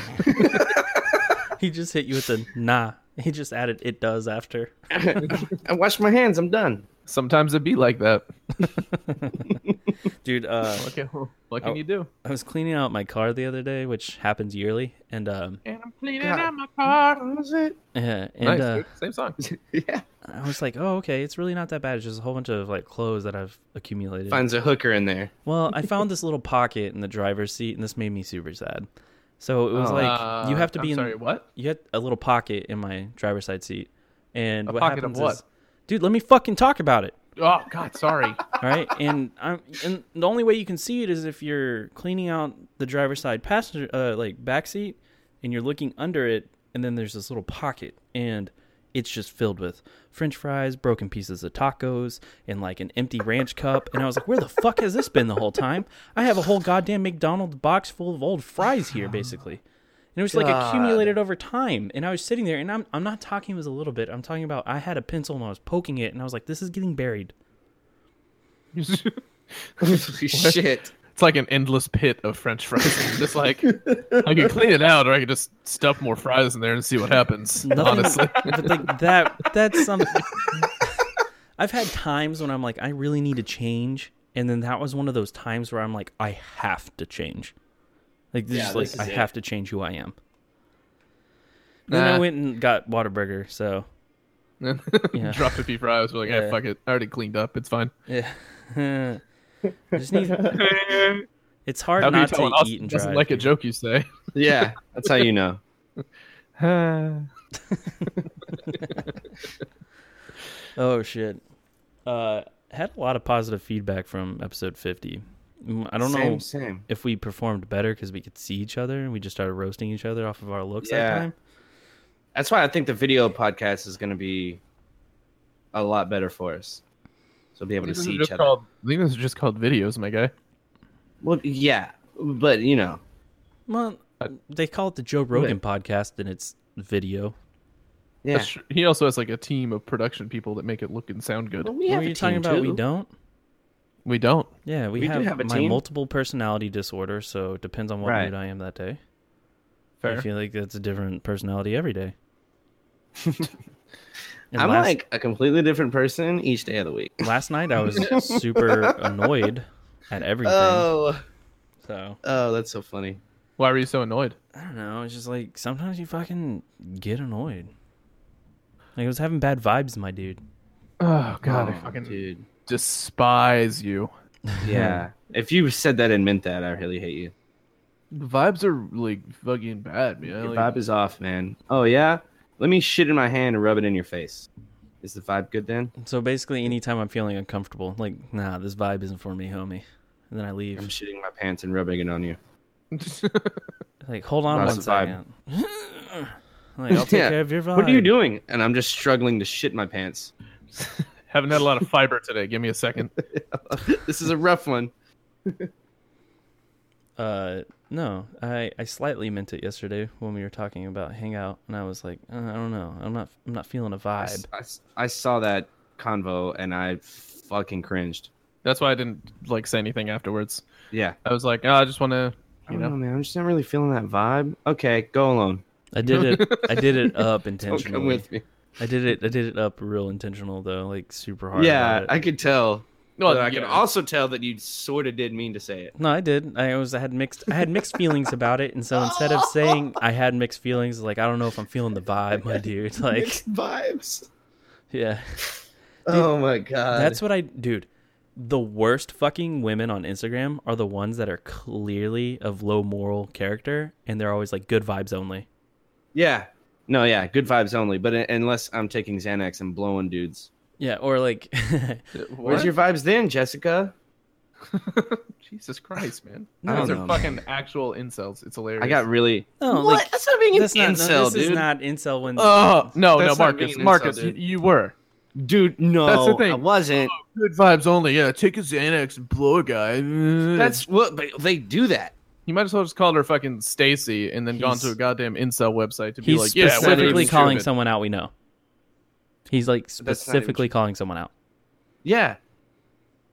[SPEAKER 3] He just hit you with the nah. He just added it does after.
[SPEAKER 2] I wash my hands. I'm done.
[SPEAKER 1] Sometimes it be like that.
[SPEAKER 3] Dude, uh,
[SPEAKER 1] What can, what can
[SPEAKER 3] Oh.
[SPEAKER 1] you do?
[SPEAKER 3] I was cleaning out my car the other day, which happens yearly, and um, <laughs>
[SPEAKER 1] And I'm cleaning
[SPEAKER 2] God.
[SPEAKER 1] out my car.
[SPEAKER 2] What was it?
[SPEAKER 3] uh, and
[SPEAKER 1] nice,
[SPEAKER 3] uh,
[SPEAKER 1] dude. same song.
[SPEAKER 2] yeah.
[SPEAKER 3] I was like, oh, okay, it's really not that bad. It's just a whole bunch of like clothes that I've accumulated.
[SPEAKER 2] Finds a hooker in there.
[SPEAKER 3] Well, I found this little pocket in the driver's seat, and this made me super sad. So it was
[SPEAKER 2] Oh.
[SPEAKER 3] like you
[SPEAKER 1] Uh,
[SPEAKER 3] have to be
[SPEAKER 1] I'm
[SPEAKER 3] in.
[SPEAKER 1] Sorry, what?
[SPEAKER 3] You had a little pocket in my driver's side seat, and
[SPEAKER 1] A
[SPEAKER 3] what
[SPEAKER 1] pocket of
[SPEAKER 3] happens
[SPEAKER 1] what?
[SPEAKER 3] is- dude, let me fucking talk about it.
[SPEAKER 1] Oh God, sorry.
[SPEAKER 3] All right, and I'm and the only way you can see it is if you're cleaning out the driver's side passenger uh, like back seat, and you're looking under it, and then there's this little pocket, and it's just filled with French fries, broken pieces of tacos, and like an empty ranch cup. And I was like, "Where the fuck has this been the whole time? I have a whole goddamn McDonald's box full of old fries here, basically." And it was like accumulated over time. And I was sitting there, and I'm I'm not talking was a little bit. I'm talking about I had a pencil and I was poking it, and I was like, "This is getting buried."
[SPEAKER 1] <laughs> it's
[SPEAKER 2] Holy shit.
[SPEAKER 1] like an endless pit of French
[SPEAKER 3] <laughs>
[SPEAKER 1] fries. just like I could clean it out, or I could just stuff more fries in there and see what happens.
[SPEAKER 3] <laughs> Nothing-
[SPEAKER 1] <laughs> Honestly,
[SPEAKER 3] but like that that's something <laughs> i've had times when i'm like i really need to change and then that was one of those times where i'm like i have to change like this
[SPEAKER 2] Yeah,
[SPEAKER 3] is like
[SPEAKER 2] this is
[SPEAKER 3] i
[SPEAKER 2] it.
[SPEAKER 3] have to change who i am and then i
[SPEAKER 1] Nah.
[SPEAKER 3] went and got Whataburger, so <laughs> Yeah.
[SPEAKER 1] dropped a few fries. We're like, hey,
[SPEAKER 3] Yeah.
[SPEAKER 1] fuck it. I already cleaned up. It's fine.
[SPEAKER 3] yeah I
[SPEAKER 2] <laughs>
[SPEAKER 3] just need- it's hard
[SPEAKER 1] How can you
[SPEAKER 3] not
[SPEAKER 1] tell
[SPEAKER 3] to
[SPEAKER 1] an Austin
[SPEAKER 3] eat and
[SPEAKER 1] doesn't
[SPEAKER 3] drive
[SPEAKER 1] like a
[SPEAKER 3] dude.
[SPEAKER 1] joke you say?
[SPEAKER 2] Yeah. <laughs> That's how you know.
[SPEAKER 3] Oh shit. Uh had a lot of positive feedback from episode 50. Mm, I don't know
[SPEAKER 2] Same, same.
[SPEAKER 3] if we performed better cuz we could see each other and we just started roasting each other off of our looks that
[SPEAKER 2] Yeah.
[SPEAKER 3] time.
[SPEAKER 2] That's why I think the video podcast is going to be a lot better for us. So we'll be able to
[SPEAKER 1] These
[SPEAKER 2] see
[SPEAKER 1] are
[SPEAKER 2] each
[SPEAKER 1] just
[SPEAKER 2] other.
[SPEAKER 1] called, I think those are just called videos, my guy.
[SPEAKER 2] Well, yeah, but you know,
[SPEAKER 3] Well,
[SPEAKER 2] Uh,
[SPEAKER 3] they call it the Joe Rogan podcast and it's video.
[SPEAKER 2] yeah.
[SPEAKER 1] That's tr- He also has like a team of production people that make it look and sound good.
[SPEAKER 2] we
[SPEAKER 3] what are you talking about? We don't?
[SPEAKER 1] We don't.
[SPEAKER 3] Yeah, we,
[SPEAKER 2] We do
[SPEAKER 3] have,
[SPEAKER 2] have a
[SPEAKER 3] my
[SPEAKER 2] team.
[SPEAKER 3] multiple personality disorder, so it depends on what
[SPEAKER 2] Right.
[SPEAKER 3] mood I am that day. I
[SPEAKER 1] Fair.
[SPEAKER 3] feel like that's a different personality
[SPEAKER 2] <laughs>
[SPEAKER 3] every day. And
[SPEAKER 2] I'm
[SPEAKER 3] last-
[SPEAKER 2] like a completely different person each day of the week.
[SPEAKER 3] last night
[SPEAKER 2] <laughs>
[SPEAKER 3] I was super annoyed at everything.
[SPEAKER 2] Oh,
[SPEAKER 3] so
[SPEAKER 2] oh, that's so
[SPEAKER 3] <laughs>
[SPEAKER 2] funny.
[SPEAKER 1] Why were you so annoyed?
[SPEAKER 3] I don't know. It's just like sometimes you fucking get annoyed. Like I was having bad vibes, my dude.
[SPEAKER 1] Oh god, I
[SPEAKER 2] Oh,
[SPEAKER 1] fucking
[SPEAKER 2] dude.
[SPEAKER 1] despise you.
[SPEAKER 2] Yeah, if you said that and meant that, I really hate you.
[SPEAKER 1] The vibes are like fucking bad, man.
[SPEAKER 2] Your
[SPEAKER 1] Like,
[SPEAKER 2] vibe is off, man. Oh yeah, let me shit in my hand and rub it in your face. Is the vibe good then?
[SPEAKER 3] So basically, anytime I'm feeling uncomfortable, like nah, this vibe isn't for me, homie. And then I
[SPEAKER 2] I'm
[SPEAKER 3] leave.
[SPEAKER 2] shitting my pants and rubbing it on you.
[SPEAKER 1] <laughs>
[SPEAKER 3] Like hold on one
[SPEAKER 2] That's
[SPEAKER 3] second. <laughs> like I'll take
[SPEAKER 2] Yeah.
[SPEAKER 3] care of your vibe.
[SPEAKER 2] What are you doing? And I'm just struggling to shit my pants.
[SPEAKER 1] Haven't had a lot of fiber today. Give me a second.
[SPEAKER 2] this is a rough
[SPEAKER 3] <laughs>
[SPEAKER 2] one.
[SPEAKER 3] Uh, no, I I slightly meant it yesterday when we were talking about hangout, and I was like, uh, I don't know, I'm not I'm not feeling a
[SPEAKER 2] I,
[SPEAKER 3] vibe.
[SPEAKER 2] s- I saw that convo and I fucking cringed.
[SPEAKER 1] That's why I didn't like say anything afterwards.
[SPEAKER 2] Yeah.
[SPEAKER 1] I was like, oh, I just want to,
[SPEAKER 2] I
[SPEAKER 1] you
[SPEAKER 2] don't
[SPEAKER 1] know.
[SPEAKER 2] know, Oh, man. I'm just not really feeling that vibe. Okay, go alone.
[SPEAKER 3] I did it. I did it
[SPEAKER 2] <laughs>
[SPEAKER 3] up
[SPEAKER 2] Don't
[SPEAKER 3] intentionally.
[SPEAKER 2] come with me.
[SPEAKER 3] I did it. I did it up real intentional though, like super hard.
[SPEAKER 2] yeah,
[SPEAKER 3] about it. Oh,
[SPEAKER 2] I could tell.
[SPEAKER 1] Well,
[SPEAKER 2] Well, I can
[SPEAKER 1] yeah.
[SPEAKER 2] also tell that you sort of did mean to say it.
[SPEAKER 3] No, I did. I was I had mixed I had mixed feelings about it, and so instead of saying I had mixed feelings, like I don't know if I'm feeling the vibe, my dude. <laughs>
[SPEAKER 2] <laughs>
[SPEAKER 3] Like,
[SPEAKER 2] vibes.
[SPEAKER 3] yeah,
[SPEAKER 2] oh my god.
[SPEAKER 3] that's what I, dude. The worst fucking women on Instagram are the ones that are clearly of low moral character, and they're always like good vibes only.
[SPEAKER 2] yeah. No, yeah, good vibes only. But u- unless I'm taking Xanax and blowing dudes.
[SPEAKER 3] Yeah, or like,
[SPEAKER 2] Where's <laughs> your vibes then, Jessica?
[SPEAKER 1] Jesus Christ, man.
[SPEAKER 2] No,
[SPEAKER 1] Those are
[SPEAKER 2] no,
[SPEAKER 1] fucking actual incels. It's hilarious.
[SPEAKER 2] I got really.
[SPEAKER 3] no,
[SPEAKER 2] what?
[SPEAKER 3] like
[SPEAKER 2] that's not being an
[SPEAKER 3] that's not
[SPEAKER 2] incel,
[SPEAKER 3] no, this
[SPEAKER 2] dude.
[SPEAKER 3] is not incel when
[SPEAKER 1] Oh no, no,
[SPEAKER 2] That's not
[SPEAKER 1] Marcus,
[SPEAKER 2] being an
[SPEAKER 1] Marcus,
[SPEAKER 2] incel, dude.
[SPEAKER 1] you, you were
[SPEAKER 2] Dude, no,
[SPEAKER 1] That's the thing.
[SPEAKER 2] I wasn't.
[SPEAKER 1] good vibes only. Yeah, take a Xanax and blow a guy.
[SPEAKER 2] That's what. But they do that.
[SPEAKER 1] you might as well just called her fucking Stacy and then gone to
[SPEAKER 3] He's-
[SPEAKER 1] a goddamn incel website to be
[SPEAKER 3] he's
[SPEAKER 1] like, yeah, we're
[SPEAKER 3] specifically
[SPEAKER 1] even
[SPEAKER 3] calling
[SPEAKER 1] stupid.
[SPEAKER 3] someone out. We know. He's like
[SPEAKER 2] not even
[SPEAKER 3] specifically calling someone out.
[SPEAKER 2] Yeah.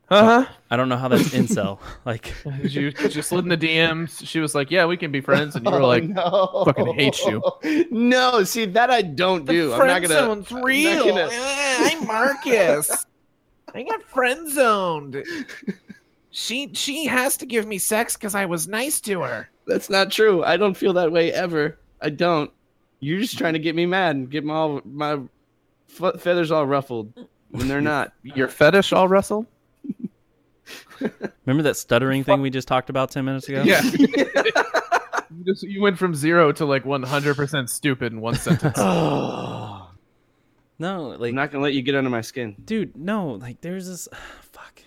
[SPEAKER 1] Uh huh.
[SPEAKER 3] I don't know how that's incel. Like,
[SPEAKER 1] <laughs> you you slid in the DMs. She was like, yeah, we can be friends, and you were like,
[SPEAKER 2] <laughs> no.
[SPEAKER 1] fucking hate you.
[SPEAKER 2] No, see that I don't do. I'm not gonna.
[SPEAKER 1] zone's real.
[SPEAKER 2] gonna-
[SPEAKER 1] I'm Marcus. I got friend zoned. She she has to give me sex because I was nice to her.
[SPEAKER 2] That's not true. I don't feel that way ever. I don't. You're just trying to get me mad and get my all my f- feathers all ruffled when they're not.
[SPEAKER 1] Your fetish all Russell?
[SPEAKER 3] remember that stuttering thing we just talked about ten minutes ago?
[SPEAKER 1] <laughs> you, just, you went from zero to like 100% stupid in one <laughs> sentence.
[SPEAKER 2] Oh,
[SPEAKER 3] No, like,
[SPEAKER 2] I'm not gonna let you get under my skin.
[SPEAKER 3] dude, no, like, there's this, <sighs> fuck.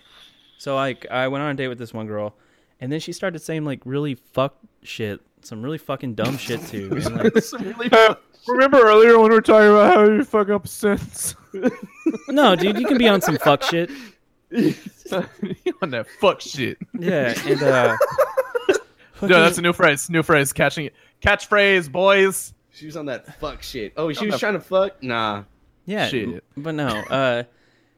[SPEAKER 3] So like, I went on a date with this one girl, and then she started saying like really fuck shit, some really fucking dumb shit too. And,
[SPEAKER 1] <laughs>
[SPEAKER 3] like,
[SPEAKER 1] Uh, Remember earlier when we were talking about how you fuck up sense?
[SPEAKER 3] no, dude, you can be on some fuck shit.
[SPEAKER 1] <laughs> you on that fuck <laughs> shit.
[SPEAKER 3] Yeah, and uh,
[SPEAKER 1] <laughs>
[SPEAKER 3] fucking-
[SPEAKER 1] No, that's a new phrase. New phrase. Catching it. Catchphrase, boys.
[SPEAKER 2] She was on that fuck shit. Oh, she
[SPEAKER 1] I'm
[SPEAKER 2] was
[SPEAKER 1] a-
[SPEAKER 2] trying to fuck. Nah.
[SPEAKER 3] Yeah,
[SPEAKER 1] Shit.
[SPEAKER 3] m- but no, uh,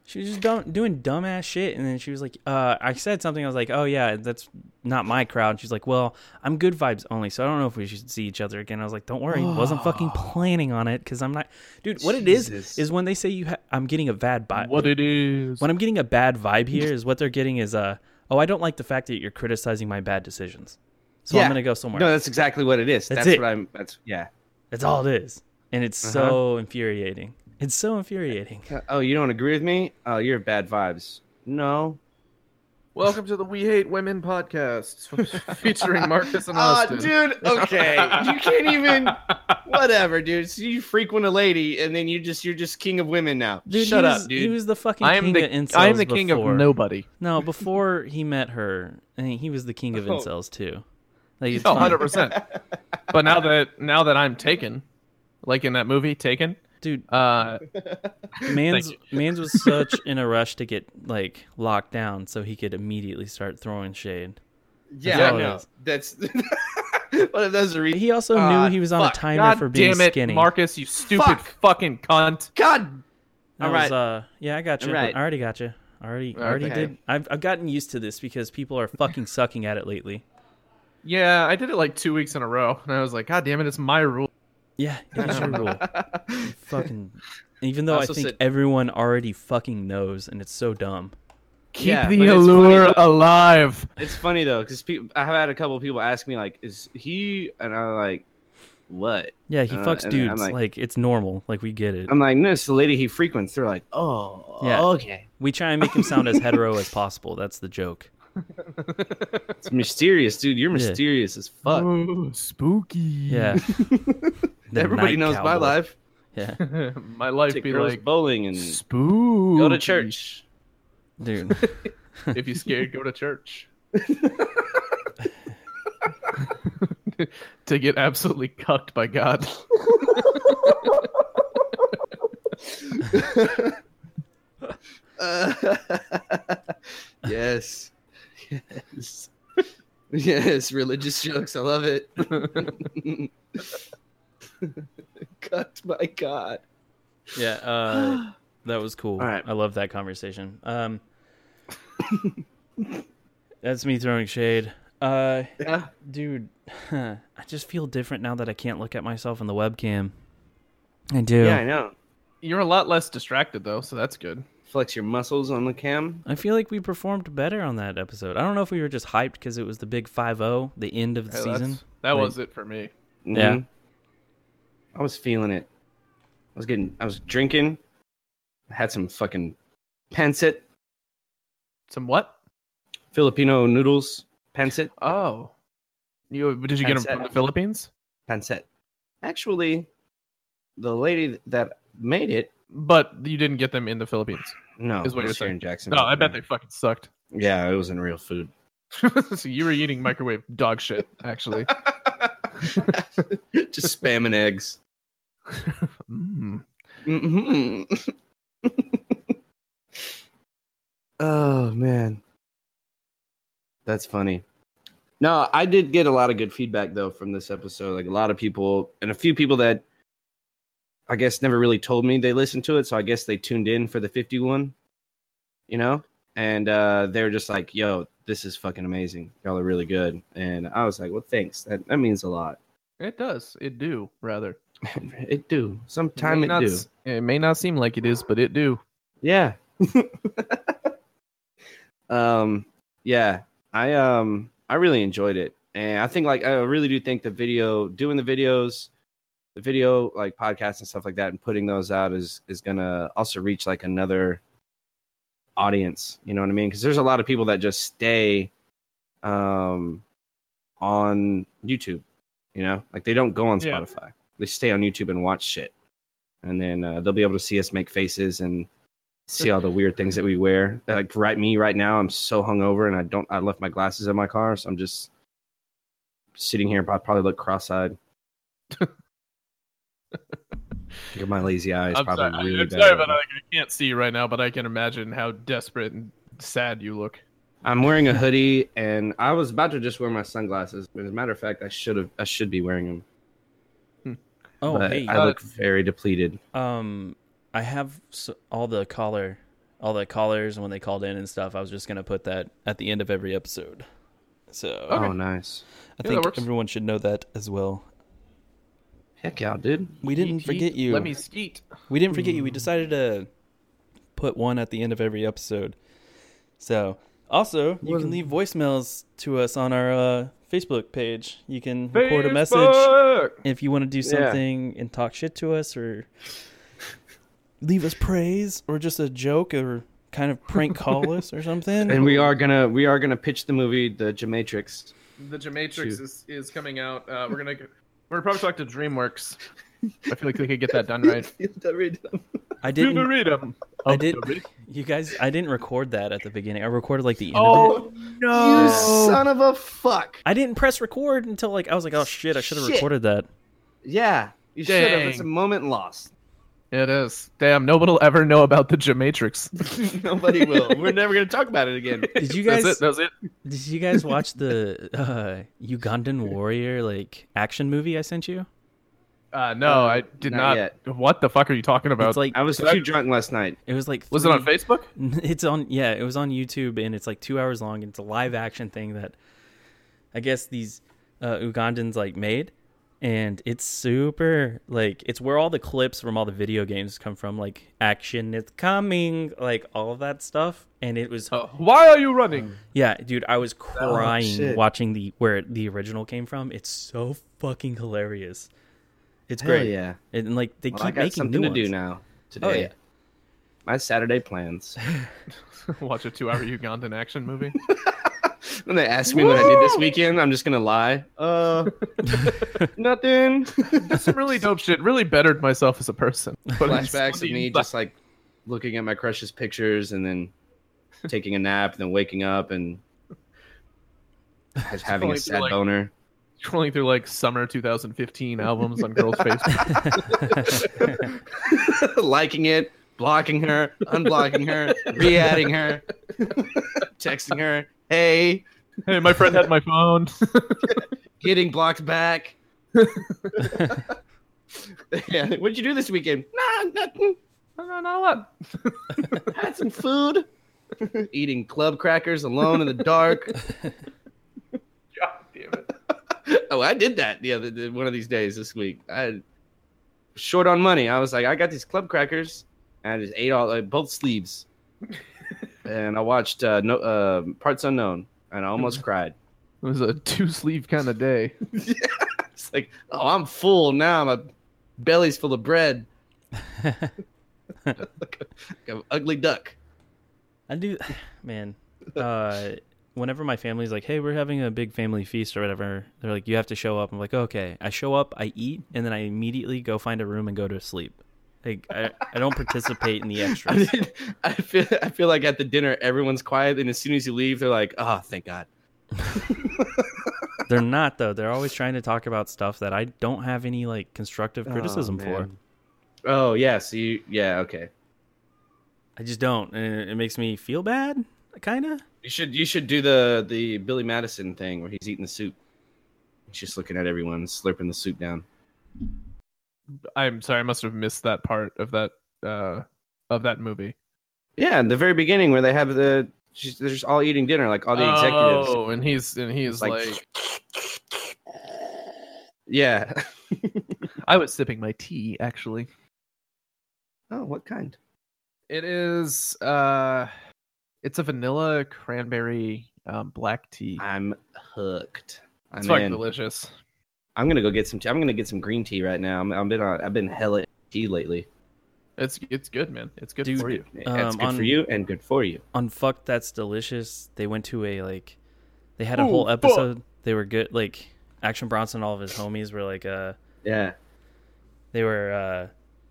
[SPEAKER 3] she was just dumb, doing dumbass shit, and then she was like, uh, I said something. I was like, oh yeah, that's not my crowd. And she's like, well, I'm good vibes only, so I don't know if we should see each other again. I was like, don't
[SPEAKER 2] <sighs>
[SPEAKER 3] worry, wasn't fucking planning on it because I'm not, dude. What it
[SPEAKER 2] Jesus.
[SPEAKER 3] is is when they say you, ha- I'm getting a bad vibe.
[SPEAKER 1] What it is.
[SPEAKER 3] When I'm getting a bad vibe here is what they're getting is uh, oh, I don't like the fact that you're criticizing my bad decisions, so
[SPEAKER 2] Yeah.
[SPEAKER 3] I'm gonna go somewhere.
[SPEAKER 2] No, that's exactly what it is.
[SPEAKER 3] That's
[SPEAKER 2] That's,
[SPEAKER 3] it.
[SPEAKER 2] what I'm. That's yeah.
[SPEAKER 3] that's all it is, and
[SPEAKER 2] Uh-huh.
[SPEAKER 3] it's so infuriating. It's so infuriating.
[SPEAKER 2] Oh, you don't agree with me? Oh, you're bad vibes. No.
[SPEAKER 1] Welcome to the We Hate Women podcast <laughs> featuring Marcus
[SPEAKER 2] <laughs>
[SPEAKER 1] and Austin.
[SPEAKER 2] Oh, Ah, dude. Okay, you can't even. <laughs> Whatever, dude. So you frequent a lady, and then you just you're just king of women now.
[SPEAKER 3] Dude,
[SPEAKER 2] Shut
[SPEAKER 3] he
[SPEAKER 2] up,
[SPEAKER 3] was,
[SPEAKER 2] dude.
[SPEAKER 3] He was the fucking
[SPEAKER 1] I am
[SPEAKER 3] king
[SPEAKER 1] the
[SPEAKER 3] of incels.
[SPEAKER 1] I am the king
[SPEAKER 3] before.
[SPEAKER 1] of nobody.
[SPEAKER 3] No, before he met her, I mean, he was the king of
[SPEAKER 2] Oh.
[SPEAKER 3] incels too. Like it's
[SPEAKER 1] No,
[SPEAKER 3] fine.
[SPEAKER 1] Oh, hundred
[SPEAKER 2] <laughs>
[SPEAKER 1] percent. But now that now that I'm taken, like in that movie Taken,
[SPEAKER 3] dude.
[SPEAKER 1] uh,
[SPEAKER 3] Mans Mans was such in a rush to get like locked down so he could immediately start throwing shade.
[SPEAKER 2] Yeah,
[SPEAKER 1] Yeah,
[SPEAKER 2] I know. That's <laughs> one of those reasons.
[SPEAKER 3] He also
[SPEAKER 2] Ah,
[SPEAKER 3] knew he was on
[SPEAKER 2] fuck.
[SPEAKER 3] a timer
[SPEAKER 1] God
[SPEAKER 3] for being
[SPEAKER 1] damn it,
[SPEAKER 3] skinny.
[SPEAKER 1] Marcus, you stupid
[SPEAKER 2] Fuck.
[SPEAKER 1] fucking cunt.
[SPEAKER 2] God,
[SPEAKER 3] That
[SPEAKER 2] All
[SPEAKER 3] was,
[SPEAKER 2] right.
[SPEAKER 3] uh, yeah, I got you.
[SPEAKER 2] All right.
[SPEAKER 3] I already got you. I already, I already
[SPEAKER 2] Okay.
[SPEAKER 3] did. I've, I've gotten used to this because people are fucking sucking at it lately.
[SPEAKER 1] Yeah, I did it like two weeks in a row, and I was like, God damn it, it's my rule.
[SPEAKER 3] Yeah,
[SPEAKER 2] <laughs>
[SPEAKER 3] it is your rule. You fucking. Even though I,
[SPEAKER 2] also
[SPEAKER 3] think
[SPEAKER 2] said-
[SPEAKER 3] everyone already fucking knows, and it's so dumb.
[SPEAKER 1] Keep
[SPEAKER 2] Yeah, but
[SPEAKER 1] the
[SPEAKER 2] it's
[SPEAKER 1] allure
[SPEAKER 2] funny-
[SPEAKER 1] alive.
[SPEAKER 2] it's funny though because people. I have had a couple of people ask me like, "Is he?" And I'm like, "What?"
[SPEAKER 3] Yeah, he
[SPEAKER 2] Uh,
[SPEAKER 3] fucks
[SPEAKER 2] and I'm
[SPEAKER 3] dudes. Like,
[SPEAKER 2] like-
[SPEAKER 3] it's normal. Like we get it.
[SPEAKER 2] I'm like, "No, it's the lady he frequents." They're like, "Oh,
[SPEAKER 3] Yeah.
[SPEAKER 2] okay."
[SPEAKER 3] we try and make him sound as hetero as possible. That's the joke.
[SPEAKER 2] It's mysterious, dude. You're
[SPEAKER 3] Yeah.
[SPEAKER 2] mysterious as fuck.
[SPEAKER 1] Oh, spooky.
[SPEAKER 2] <laughs>
[SPEAKER 3] Yeah. The
[SPEAKER 2] Everybody
[SPEAKER 3] night
[SPEAKER 2] knows my
[SPEAKER 3] cowboy.
[SPEAKER 2] life.
[SPEAKER 3] Yeah,
[SPEAKER 1] <laughs> my life
[SPEAKER 2] Take
[SPEAKER 1] be
[SPEAKER 2] girls
[SPEAKER 1] like
[SPEAKER 2] bowling and
[SPEAKER 1] spooky.
[SPEAKER 2] go to church.
[SPEAKER 3] dude.
[SPEAKER 1] if you scared, go to church. <laughs> to get absolutely cucked by God.
[SPEAKER 2] <laughs> yes. Yes. Yes, religious jokes. I love it. <laughs> Cut my god. <gasps>
[SPEAKER 3] Yeah, uh, that was cool.
[SPEAKER 2] All right.
[SPEAKER 3] I love that conversation. Um, <laughs> that's me throwing shade. Uh,
[SPEAKER 2] Yeah.
[SPEAKER 3] dude, <laughs> I just feel different now that I can't look at myself in the webcam. I do.
[SPEAKER 2] Yeah, I know.
[SPEAKER 1] You're a lot less distracted though, so that's good.
[SPEAKER 2] Flex your muscles on the cam.
[SPEAKER 3] I feel like we performed better on that episode. I don't know if we were just hyped because it was the big 5-0, the end of the
[SPEAKER 1] Hey, that's-
[SPEAKER 3] season.
[SPEAKER 1] That
[SPEAKER 3] Like-
[SPEAKER 1] was it for me.
[SPEAKER 2] Mhm.
[SPEAKER 3] Yeah.
[SPEAKER 2] I was feeling it. I was getting. I was drinking. I had some fucking pancit
[SPEAKER 1] Some what?
[SPEAKER 2] Filipino noodles. Pancit.
[SPEAKER 1] Oh, you did you get them
[SPEAKER 2] Pancetta.
[SPEAKER 1] from the Philippines?
[SPEAKER 2] Pancit. Actually, the lady that made it.
[SPEAKER 1] But you didn't get them in the Philippines.
[SPEAKER 2] No,
[SPEAKER 1] Is what
[SPEAKER 2] it
[SPEAKER 1] you're
[SPEAKER 2] was here
[SPEAKER 1] saying.
[SPEAKER 2] in Jackson.
[SPEAKER 1] No, I bet they fucking sucked. <laughs>
[SPEAKER 2] Yeah, it wasn't real food. <laughs>
[SPEAKER 1] so you were eating microwave dog shit, actually.
[SPEAKER 2] Just spam and eggs.
[SPEAKER 1] Mm.
[SPEAKER 2] hmm <laughs> oh man, that's funny. No, I did get a lot of good feedback though from this episode. Like a lot of people and a few people that I guess never really told me they listened to it, so I guess they tuned in for the 51, you know? And uh they were just like, "Yo, this is fucking amazing. Y'all are really good." And I was like, "Well, thanks. That that means a lot."
[SPEAKER 1] It does. It do rather.
[SPEAKER 2] it do. Sometime
[SPEAKER 1] may
[SPEAKER 2] it,
[SPEAKER 1] not,
[SPEAKER 2] do.
[SPEAKER 1] s- It may not seem like it is, but it do.
[SPEAKER 2] Yeah. <laughs> um yeah, I um I really enjoyed it. And I think like I really do think the video doing the videos, the video like podcasts and stuff like that and putting those out is is going to also reach like another audience, you know what I mean? Cuz there's a lot of people that just stay um on YouTube, you know? Like they don't go on
[SPEAKER 1] Yeah.
[SPEAKER 2] Spotify. They stay on YouTube and watch shit. And then uh, they'll be able to see us make faces and see all the weird things that we wear. Like right me right now, I'm so hungover and I don't I left my glasses in my car, so I'm just sitting here. I probably look cross-eyed. Look at my lazy eyes.
[SPEAKER 1] I'm
[SPEAKER 2] probably
[SPEAKER 1] sorry, I-
[SPEAKER 2] really
[SPEAKER 1] I'm
[SPEAKER 2] bad
[SPEAKER 1] sorry
[SPEAKER 2] right
[SPEAKER 1] but
[SPEAKER 2] now.
[SPEAKER 1] I, I can't see you right now, but I can imagine how desperate and sad you look.
[SPEAKER 2] I'm wearing a hoodie, and I was about to just wear my sunglasses. As a matter of fact, I should have. I should be wearing them.
[SPEAKER 3] Oh,
[SPEAKER 2] but
[SPEAKER 3] hey.
[SPEAKER 2] I look very depleted.
[SPEAKER 3] Um, I have s all the caller, all the callers when they called in and stuff. I was just gonna put that at the end of every episode, so
[SPEAKER 2] Oh, nice.
[SPEAKER 3] I
[SPEAKER 1] that
[SPEAKER 3] think
[SPEAKER 1] works.
[SPEAKER 3] everyone should know that as well.
[SPEAKER 2] Heck yeah, dude.
[SPEAKER 3] We didn't
[SPEAKER 1] Yeet,
[SPEAKER 3] forget
[SPEAKER 1] yeet.
[SPEAKER 3] you.
[SPEAKER 1] Let me Mm. skeet.
[SPEAKER 3] We didn't forget you. We decided to put one at the end of every episode. So also, you can leave voicemails to us on our uh, Facebook page. You can record a message
[SPEAKER 1] Facebook!
[SPEAKER 3] if you want to do
[SPEAKER 2] Yeah.
[SPEAKER 3] something and talk shit to us or leave us praise or just a joke or kind of prank
[SPEAKER 1] <laughs>
[SPEAKER 3] call us or something.
[SPEAKER 2] And we are gonna we are gonna pitch the movie The Jamatrix.
[SPEAKER 1] The Gematrix
[SPEAKER 2] Shoot.
[SPEAKER 1] is, is coming out. Uh, we're gonna go- we're gonna probably talk to DreamWorks. I feel like they could get
[SPEAKER 3] <laughs>
[SPEAKER 1] that done right.
[SPEAKER 3] I didn't.
[SPEAKER 1] read them.
[SPEAKER 3] I did. You guys, I didn't record that at the beginning. I recorded like the end of it.
[SPEAKER 1] Oh
[SPEAKER 2] You
[SPEAKER 1] no!
[SPEAKER 2] son of a fuck!
[SPEAKER 3] I didn't press record until like I was like, oh shit, I should have
[SPEAKER 2] Shit.
[SPEAKER 3] recorded that.
[SPEAKER 2] Yeah, you should have. It's a
[SPEAKER 1] Dang.
[SPEAKER 2] moment lost.
[SPEAKER 1] It is. Damn, nobody'll ever know about the Gematrix.
[SPEAKER 2] <laughs> Nobody will. We're never gonna talk about it again.
[SPEAKER 3] Did you
[SPEAKER 1] <laughs> That's
[SPEAKER 3] guys?
[SPEAKER 1] it. That's it.
[SPEAKER 3] <laughs> Did you guys watch the uh, Ugandan warrior like action movie I sent you?
[SPEAKER 1] Uh, no,
[SPEAKER 2] Uh,
[SPEAKER 1] I did
[SPEAKER 2] not
[SPEAKER 1] not. What the fuck are you talking about?
[SPEAKER 3] It's like
[SPEAKER 2] <laughs> I was
[SPEAKER 1] Did I-
[SPEAKER 2] too drunk last night.
[SPEAKER 3] it was like
[SPEAKER 1] was it on
[SPEAKER 3] three-
[SPEAKER 1] Facebook?
[SPEAKER 3] <laughs> It's on yeah, it was on YouTube and it's like 2 hours long and it's a live action thing that I guess these uh Ugandans like made and it's super like it's where all the clips from all the video games come from like action is coming like all of that stuff and it
[SPEAKER 1] Oh.
[SPEAKER 3] was
[SPEAKER 1] why are you running? <laughs>
[SPEAKER 3] yeah, dude, I was crying
[SPEAKER 2] Oh, shit.
[SPEAKER 3] watching the where it- the original came from. It's so fucking hilarious. It's
[SPEAKER 2] Hell
[SPEAKER 3] great.
[SPEAKER 2] yeah.
[SPEAKER 3] And, and, like they
[SPEAKER 2] Well,
[SPEAKER 3] keep
[SPEAKER 2] I got
[SPEAKER 3] making
[SPEAKER 2] something
[SPEAKER 3] new
[SPEAKER 2] to do
[SPEAKER 3] ones.
[SPEAKER 2] now today.
[SPEAKER 3] Oh, yeah.
[SPEAKER 2] My Saturday <laughs> plans.
[SPEAKER 1] Watch a two-hour Ugandan action movie.
[SPEAKER 2] When they ask me what I did this weekend, I'm just gonna lie. Uh, <laughs> nothing.
[SPEAKER 1] Some really dope shit. Really bettered myself as a <laughs> person. But it's
[SPEAKER 2] Flashbacks of
[SPEAKER 1] funny,
[SPEAKER 2] me
[SPEAKER 1] but-
[SPEAKER 2] just like looking at my crush's pictures and then taking a nap and then waking up <laughs> and just having
[SPEAKER 1] Going
[SPEAKER 2] a
[SPEAKER 1] through,
[SPEAKER 2] sad
[SPEAKER 1] like-
[SPEAKER 2] boner.
[SPEAKER 1] scrolling through like summer 2015 albums on girls' <laughs> Facebook.
[SPEAKER 2] liking it, blocking her, unblocking her, re-adding her, texting her, hey,
[SPEAKER 1] hey, my friend had my phone. <laughs>
[SPEAKER 2] getting blocked <laughs> back. yeah, what'd you do this weekend? Nah, nothing.
[SPEAKER 1] no, not a lot. <laughs>
[SPEAKER 2] Had some food. Eating club crackers alone in the <laughs> dark.
[SPEAKER 1] God damn it.
[SPEAKER 2] oh, I did that the other one of these days this week. I short on money. I was like, I got these club crackers, and I just ate all like, uh, both sleeves. and I watched uh, no, uh, Parts Unknown, and I <laughs> almost cried.
[SPEAKER 1] It was a two sleeve kind of day.
[SPEAKER 2] It's like, oh, I'm <laughs> full now. My belly's full of bread. <laughs> like, a, like a ugly duck.
[SPEAKER 3] <laughs> I do, <sighs> man. Uh, whenever my family's like, "Hey, we're having a big family feast or whatever," they're like, "You have to show up." I'm like, "Okay." I show up, I eat, and then I immediately go find a room and go to sleep. Like, I, I don't participate
[SPEAKER 2] <laughs>
[SPEAKER 3] in the
[SPEAKER 2] I,
[SPEAKER 3] extras.
[SPEAKER 2] did, I feel I feel like at the dinner everyone's quiet, and as soon as you leave, they're like, oh, thank God.
[SPEAKER 3] They're not though. They're always trying to talk about stuff that I don't have any like constructive criticism for.
[SPEAKER 2] man. Oh yeah, so you yeah okay.
[SPEAKER 3] I just don't, and it, it makes me feel bad, kind of.
[SPEAKER 2] You should you should do the the Billy Madison thing where he's eating the soup. He's just looking at everyone, slurping the soup down.
[SPEAKER 1] I'm sorry, I must have missed that part of that uh of that movie.
[SPEAKER 2] Yeah, in the very beginning where they have the she's, they're just all eating dinner, like all the executives.
[SPEAKER 1] Oh, and he's and he's
[SPEAKER 2] Like-
[SPEAKER 1] like,
[SPEAKER 2] Yeah. <laughs>
[SPEAKER 1] I was sipping my tea actually.
[SPEAKER 2] Oh, what kind?
[SPEAKER 1] It is uh it's a vanilla cranberry um, black tea.
[SPEAKER 2] I'm hooked. I'm
[SPEAKER 1] It's fucking
[SPEAKER 2] in.
[SPEAKER 1] delicious.
[SPEAKER 2] I'm gonna go get some. Tea. I'm gonna get some green tea right now. I'm, I've been on. I've been hella tea lately.
[SPEAKER 1] It's it's good, man. It's good
[SPEAKER 3] Dude,
[SPEAKER 1] for you.
[SPEAKER 2] it's
[SPEAKER 3] Um,
[SPEAKER 2] good for
[SPEAKER 3] on-
[SPEAKER 2] you and good for you.
[SPEAKER 3] on fuck that's delicious they went to a like they had a
[SPEAKER 1] Oh,
[SPEAKER 3] whole
[SPEAKER 1] fuck.
[SPEAKER 3] episode they were good like action bronson and all of his homies were like uh
[SPEAKER 2] Yeah.
[SPEAKER 3] they were uh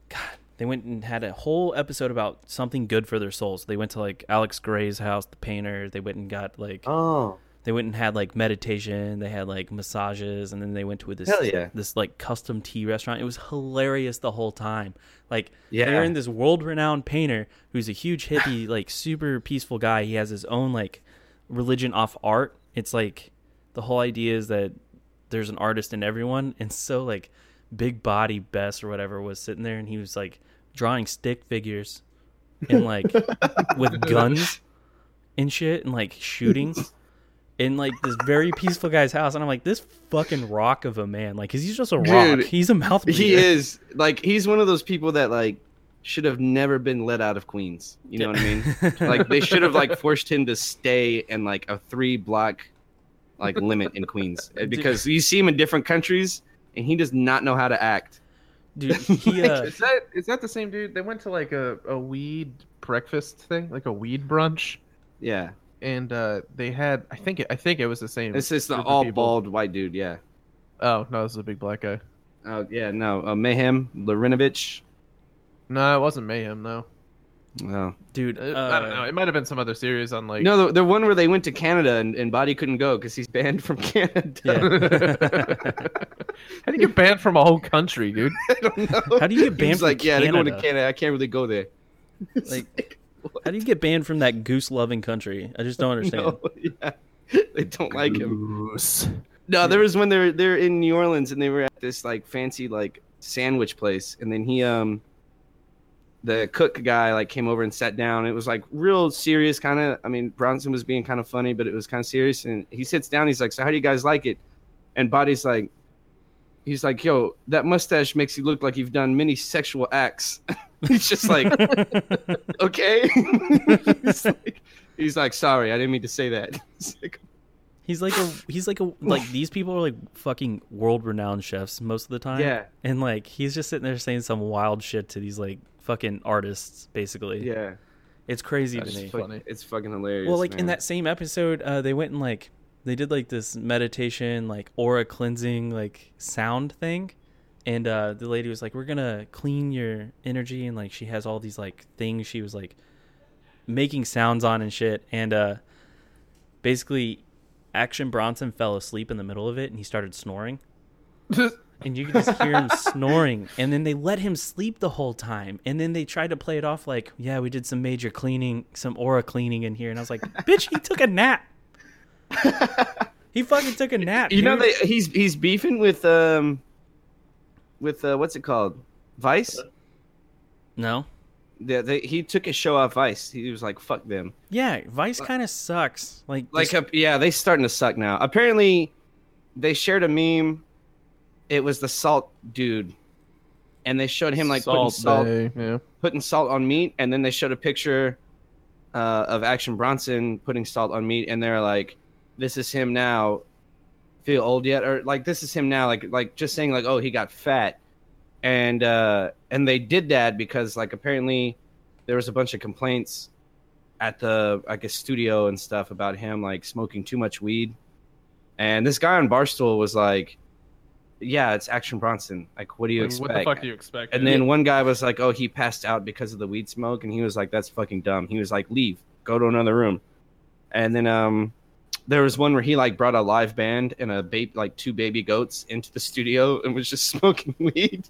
[SPEAKER 3] god they went and had a whole episode about something good for their souls they went to like alex gray's house the painter they went and got like
[SPEAKER 2] Oh.
[SPEAKER 3] they went and had like meditation they had like massages and then they went to this
[SPEAKER 2] Hell yeah.
[SPEAKER 3] this like custom tea restaurant it was hilarious the whole time like
[SPEAKER 2] Yeah.
[SPEAKER 3] they're in this world-renowned painter who's a
[SPEAKER 2] <sighs>
[SPEAKER 3] huge hippie like super peaceful guy he has his own like religion off art it's like the whole idea is that there's an artist in everyone and so like big body bess or whatever was sitting there and he was like drawing stick figures and like
[SPEAKER 2] <laughs>
[SPEAKER 3] with guns and shit and like shooting in like this very peaceful guy's house and i'm like this fucking rock of a man like 'cause he's just a rock
[SPEAKER 2] Dude,
[SPEAKER 3] he's a mouth
[SPEAKER 2] He
[SPEAKER 3] breather.
[SPEAKER 2] is like he's one of those people that like should have never been let out of Queens. You know what I mean?
[SPEAKER 3] <laughs>
[SPEAKER 2] like they should have like forced him to stay in like a three block like limit in
[SPEAKER 3] <laughs>
[SPEAKER 2] Queens Uh, because you see him in different countries and he does not know how to act. <laughs>
[SPEAKER 3] dude he uh
[SPEAKER 1] is that is that the same dude? They went to like a, a weed breakfast thing, like a weed brunch,
[SPEAKER 2] Yeah,
[SPEAKER 1] and uh, they had I think it, I think it was the same.
[SPEAKER 2] it's it's the
[SPEAKER 1] group of
[SPEAKER 2] all
[SPEAKER 1] people.
[SPEAKER 2] bald white dude. Yeah.
[SPEAKER 1] Oh no, this is a big black guy.
[SPEAKER 2] Oh yeah, no, uh, Mayhem Larinovich.
[SPEAKER 1] No, it wasn't Mayhem. No,
[SPEAKER 2] No,
[SPEAKER 3] dude
[SPEAKER 1] Uh, I don't know.
[SPEAKER 3] uh,
[SPEAKER 1] It might have been some other series on <laughs> like.
[SPEAKER 2] no, the, the one where they went to Canada and, and Body couldn't go because he's banned from Canada. <laughs>
[SPEAKER 1] How do you get banned from a whole country, dude?
[SPEAKER 2] I don't know.
[SPEAKER 3] How do you get
[SPEAKER 2] He's
[SPEAKER 3] banned from
[SPEAKER 2] like, yeah, they're going to
[SPEAKER 3] Canada?"
[SPEAKER 2] Canada. I can't really go there. <laughs> It's
[SPEAKER 3] Like, how do you get banned from that goose loving country i
[SPEAKER 2] <laughs>
[SPEAKER 3] just don't understand
[SPEAKER 2] no, yeah, they don't like him.
[SPEAKER 1] Goose.
[SPEAKER 2] No, there was when they're they're in New Orleans and they were at this like fancy like sandwich place, and then he um, the cook guy like came over and sat down. It was like real serious, kind of. I mean, Bronson was being kind of funny, but it was kind of serious. And he sits down. He's like, "So how do you guys like it?" And Body's like. He's like, yo, that mustache makes you look like you've done many sexual acts. <laughs> He's just like, okay. <laughs> he's, like, he's like, sorry, I didn't mean to say that. <laughs> It's like,
[SPEAKER 3] he's like a he's like a like these people are like fucking world renowned chefs most of the time
[SPEAKER 2] Yeah.
[SPEAKER 3] and like he's just sitting there saying some wild shit to these like fucking artists basically
[SPEAKER 2] yeah,
[SPEAKER 3] it's crazy
[SPEAKER 1] That's
[SPEAKER 3] to me
[SPEAKER 1] fucking Funny. <laughs>
[SPEAKER 2] It's fucking hilarious.
[SPEAKER 3] well like in
[SPEAKER 2] man.
[SPEAKER 3] that same episode uh they went and like they did like this meditation like aura cleansing like sound thing and uh the lady was like we're gonna clean your energy and like she has all these like things she was like making sounds on and shit and uh basically action bronson fell asleep in the middle of it and he started snoring and you could just hear him snoring. And then they let him sleep the whole time. And then they tried to play it off like, yeah, we did some major cleaning, some aura cleaning in here. And I was like, bitch, he took a nap. he fucking took a nap.
[SPEAKER 2] you know,
[SPEAKER 3] dude.
[SPEAKER 2] they, he's he's beefing with um, with uh, what's it called, Vice.
[SPEAKER 3] no.
[SPEAKER 2] They, they, he took his show off Vice. He was like, fuck them.
[SPEAKER 3] Yeah, Vice kind of sucks. Like,
[SPEAKER 2] Like,
[SPEAKER 3] just-
[SPEAKER 2] uh, yeah, they starting to suck now. Apparently, they shared a meme. It was the salt dude and they showed him like putting
[SPEAKER 1] salt,
[SPEAKER 2] salt
[SPEAKER 1] Bay, yeah.
[SPEAKER 2] putting salt on meat, and then they showed a picture uh, of Action Bronson putting salt on meat, and they're like, "This is him now." Feel old yet, or like this is him now? Like, like just saying like, "Oh, he got fat," and uh, and they did that because like apparently there was a bunch of complaints at the I guess studio and stuff about him like smoking too much weed, and this guy on Barstool was like. Yeah, it's Action Bronson. Like, what do you
[SPEAKER 1] Like,
[SPEAKER 2] expect?
[SPEAKER 1] what the fuck do you expect?
[SPEAKER 2] And then one guy was like, "Oh, he passed out because of the weed smoke," and he was like, "That's fucking dumb." He was like, "Leave, go to another room." And then um, there was one where he like brought a live band and a baby, like two baby goats, into the studio and was just <laughs> smoking weed.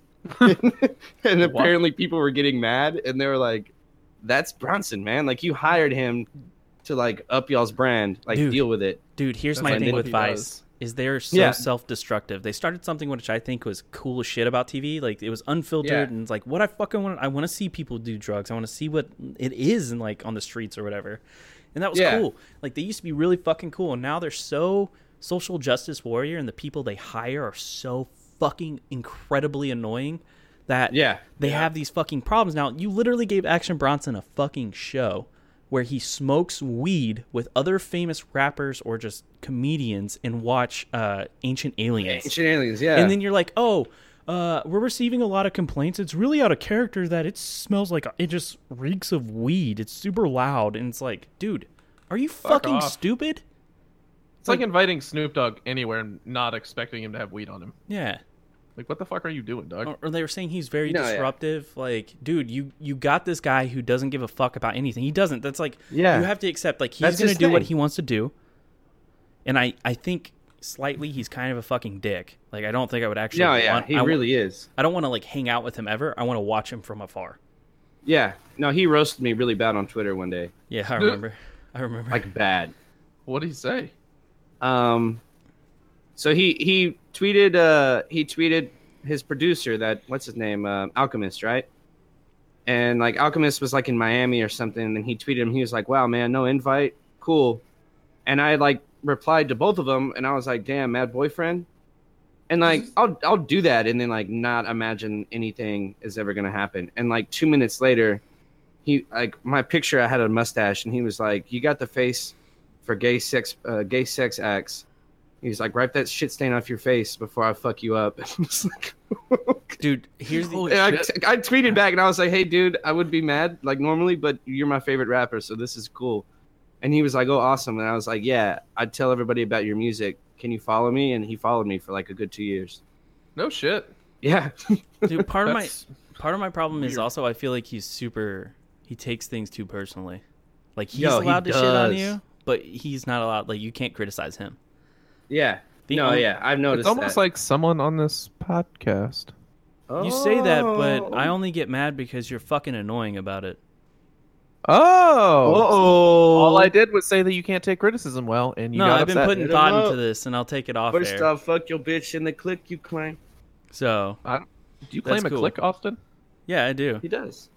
[SPEAKER 2] and apparently, people were getting mad, and they were like, "That's Bronson, man! Like you hired him to like up y'all's brand, like
[SPEAKER 3] Dude.
[SPEAKER 2] deal with it."
[SPEAKER 3] Dude, here's
[SPEAKER 1] That's
[SPEAKER 3] my
[SPEAKER 2] what
[SPEAKER 3] thing
[SPEAKER 2] he
[SPEAKER 3] with
[SPEAKER 1] does.
[SPEAKER 3] Vice is they're so
[SPEAKER 2] Yeah.
[SPEAKER 3] self-destructive. They started something which I think was cool as shit about TV. Like it was unfiltered
[SPEAKER 2] Yeah.
[SPEAKER 3] and it's like what I fucking want. I want to see people do drugs. I want to see what it is and like on the streets or whatever. And that was
[SPEAKER 2] Yeah.
[SPEAKER 3] cool. Like they used to be really fucking cool. And now they're so social justice warrior, and the people they hire are so fucking incredibly annoying that
[SPEAKER 2] Yeah.
[SPEAKER 3] they have these fucking problems. Now, you literally gave Action Bronson a fucking show where he smokes weed with other famous rappers or just comedians and watch uh, Ancient Aliens.
[SPEAKER 2] Ancient aliens, yeah.
[SPEAKER 3] And then you're like, oh, uh, we're receiving a lot of complaints. It's really out of character that it smells like it just reeks of weed. It's super loud. And it's like, dude, are you fucking
[SPEAKER 1] off.
[SPEAKER 3] stupid?
[SPEAKER 1] It's like inviting Snoop Dogg anywhere and not expecting him to have weed on him.
[SPEAKER 3] Yeah.
[SPEAKER 1] Like, what the fuck are you doing, dog?
[SPEAKER 3] or, or they were saying he's very
[SPEAKER 2] No, yeah.
[SPEAKER 3] disruptive. Like, dude, you you got this guy who doesn't give a fuck about anything. He doesn't. That's like,
[SPEAKER 2] Yeah.
[SPEAKER 3] you have to accept. Like, he's
[SPEAKER 2] That's
[SPEAKER 3] gonna
[SPEAKER 2] his
[SPEAKER 3] do what
[SPEAKER 2] thing.
[SPEAKER 3] he wants to do. And I I think slightly he's kind of a fucking dick. Like, I don't think I would actually.
[SPEAKER 2] no, yeah,
[SPEAKER 3] want,
[SPEAKER 2] he
[SPEAKER 3] I, wa-
[SPEAKER 2] really is.
[SPEAKER 3] I don't want to like hang out with him ever. I want to watch him from afar.
[SPEAKER 2] Yeah, no, he roasted me really bad on Twitter one day,
[SPEAKER 3] Yeah,
[SPEAKER 1] <laughs>
[SPEAKER 3] I remember. I remember.
[SPEAKER 2] like bad.
[SPEAKER 1] What did he say?
[SPEAKER 2] Um, so he he tweeted uh he tweeted his producer that what's his name uh, Alchemist right, and like Alchemist was like in Miami or something, and he tweeted him. He was like, "Wow, man, no invite, cool," and I like replied to both of them, and I was like, "Damn, mad boyfriend," and like I'll I'll do that, and then like not imagine anything is ever gonna happen, and like two minutes later. He like my picture. I had a mustache, and he was like, "You got the face for gay sex uh, gay sex acts. He's like, wipe that shit stain off your face before I fuck you up. <laughs> I was like,
[SPEAKER 3] dude, here's the.
[SPEAKER 2] and I, I tweeted back and I was like, hey, dude, I would be mad like normally, but you're my favorite rapper, so this is cool. And he was like, oh, awesome. And I was like, yeah, I'd tell everybody about your music. Can you follow me? And he followed me for like a good two years.
[SPEAKER 1] No shit.
[SPEAKER 2] Yeah.
[SPEAKER 3] Dude, part of my
[SPEAKER 1] That's
[SPEAKER 3] part of my problem is also I feel like he's super. He takes things too personally. Like he's
[SPEAKER 2] Yo, he
[SPEAKER 3] allowed to shit on
[SPEAKER 2] does.
[SPEAKER 3] you, but he's not allowed. Like you can't criticize him.
[SPEAKER 2] yeah.
[SPEAKER 3] The
[SPEAKER 2] no,
[SPEAKER 3] only-
[SPEAKER 2] yeah. I've noticed
[SPEAKER 1] It's almost
[SPEAKER 2] that.
[SPEAKER 1] like someone on this podcast.
[SPEAKER 2] like
[SPEAKER 3] You say that, but I only get mad because you're fucking annoying about it.
[SPEAKER 1] Oh.
[SPEAKER 2] Uh-oh.
[SPEAKER 1] All I did was say that you can't take criticism well, and you
[SPEAKER 3] no,
[SPEAKER 1] got
[SPEAKER 3] I've been
[SPEAKER 1] upset.
[SPEAKER 3] putting
[SPEAKER 2] Hit 'em
[SPEAKER 3] thought into
[SPEAKER 2] up.
[SPEAKER 3] this, and I'll take it off
[SPEAKER 2] First
[SPEAKER 3] air.
[SPEAKER 2] off, fuck your bitch in the click you claim.
[SPEAKER 3] So
[SPEAKER 1] Do you
[SPEAKER 3] That's
[SPEAKER 1] claim a
[SPEAKER 3] cool.
[SPEAKER 1] click, Austin?
[SPEAKER 3] yeah, I do.
[SPEAKER 2] He does.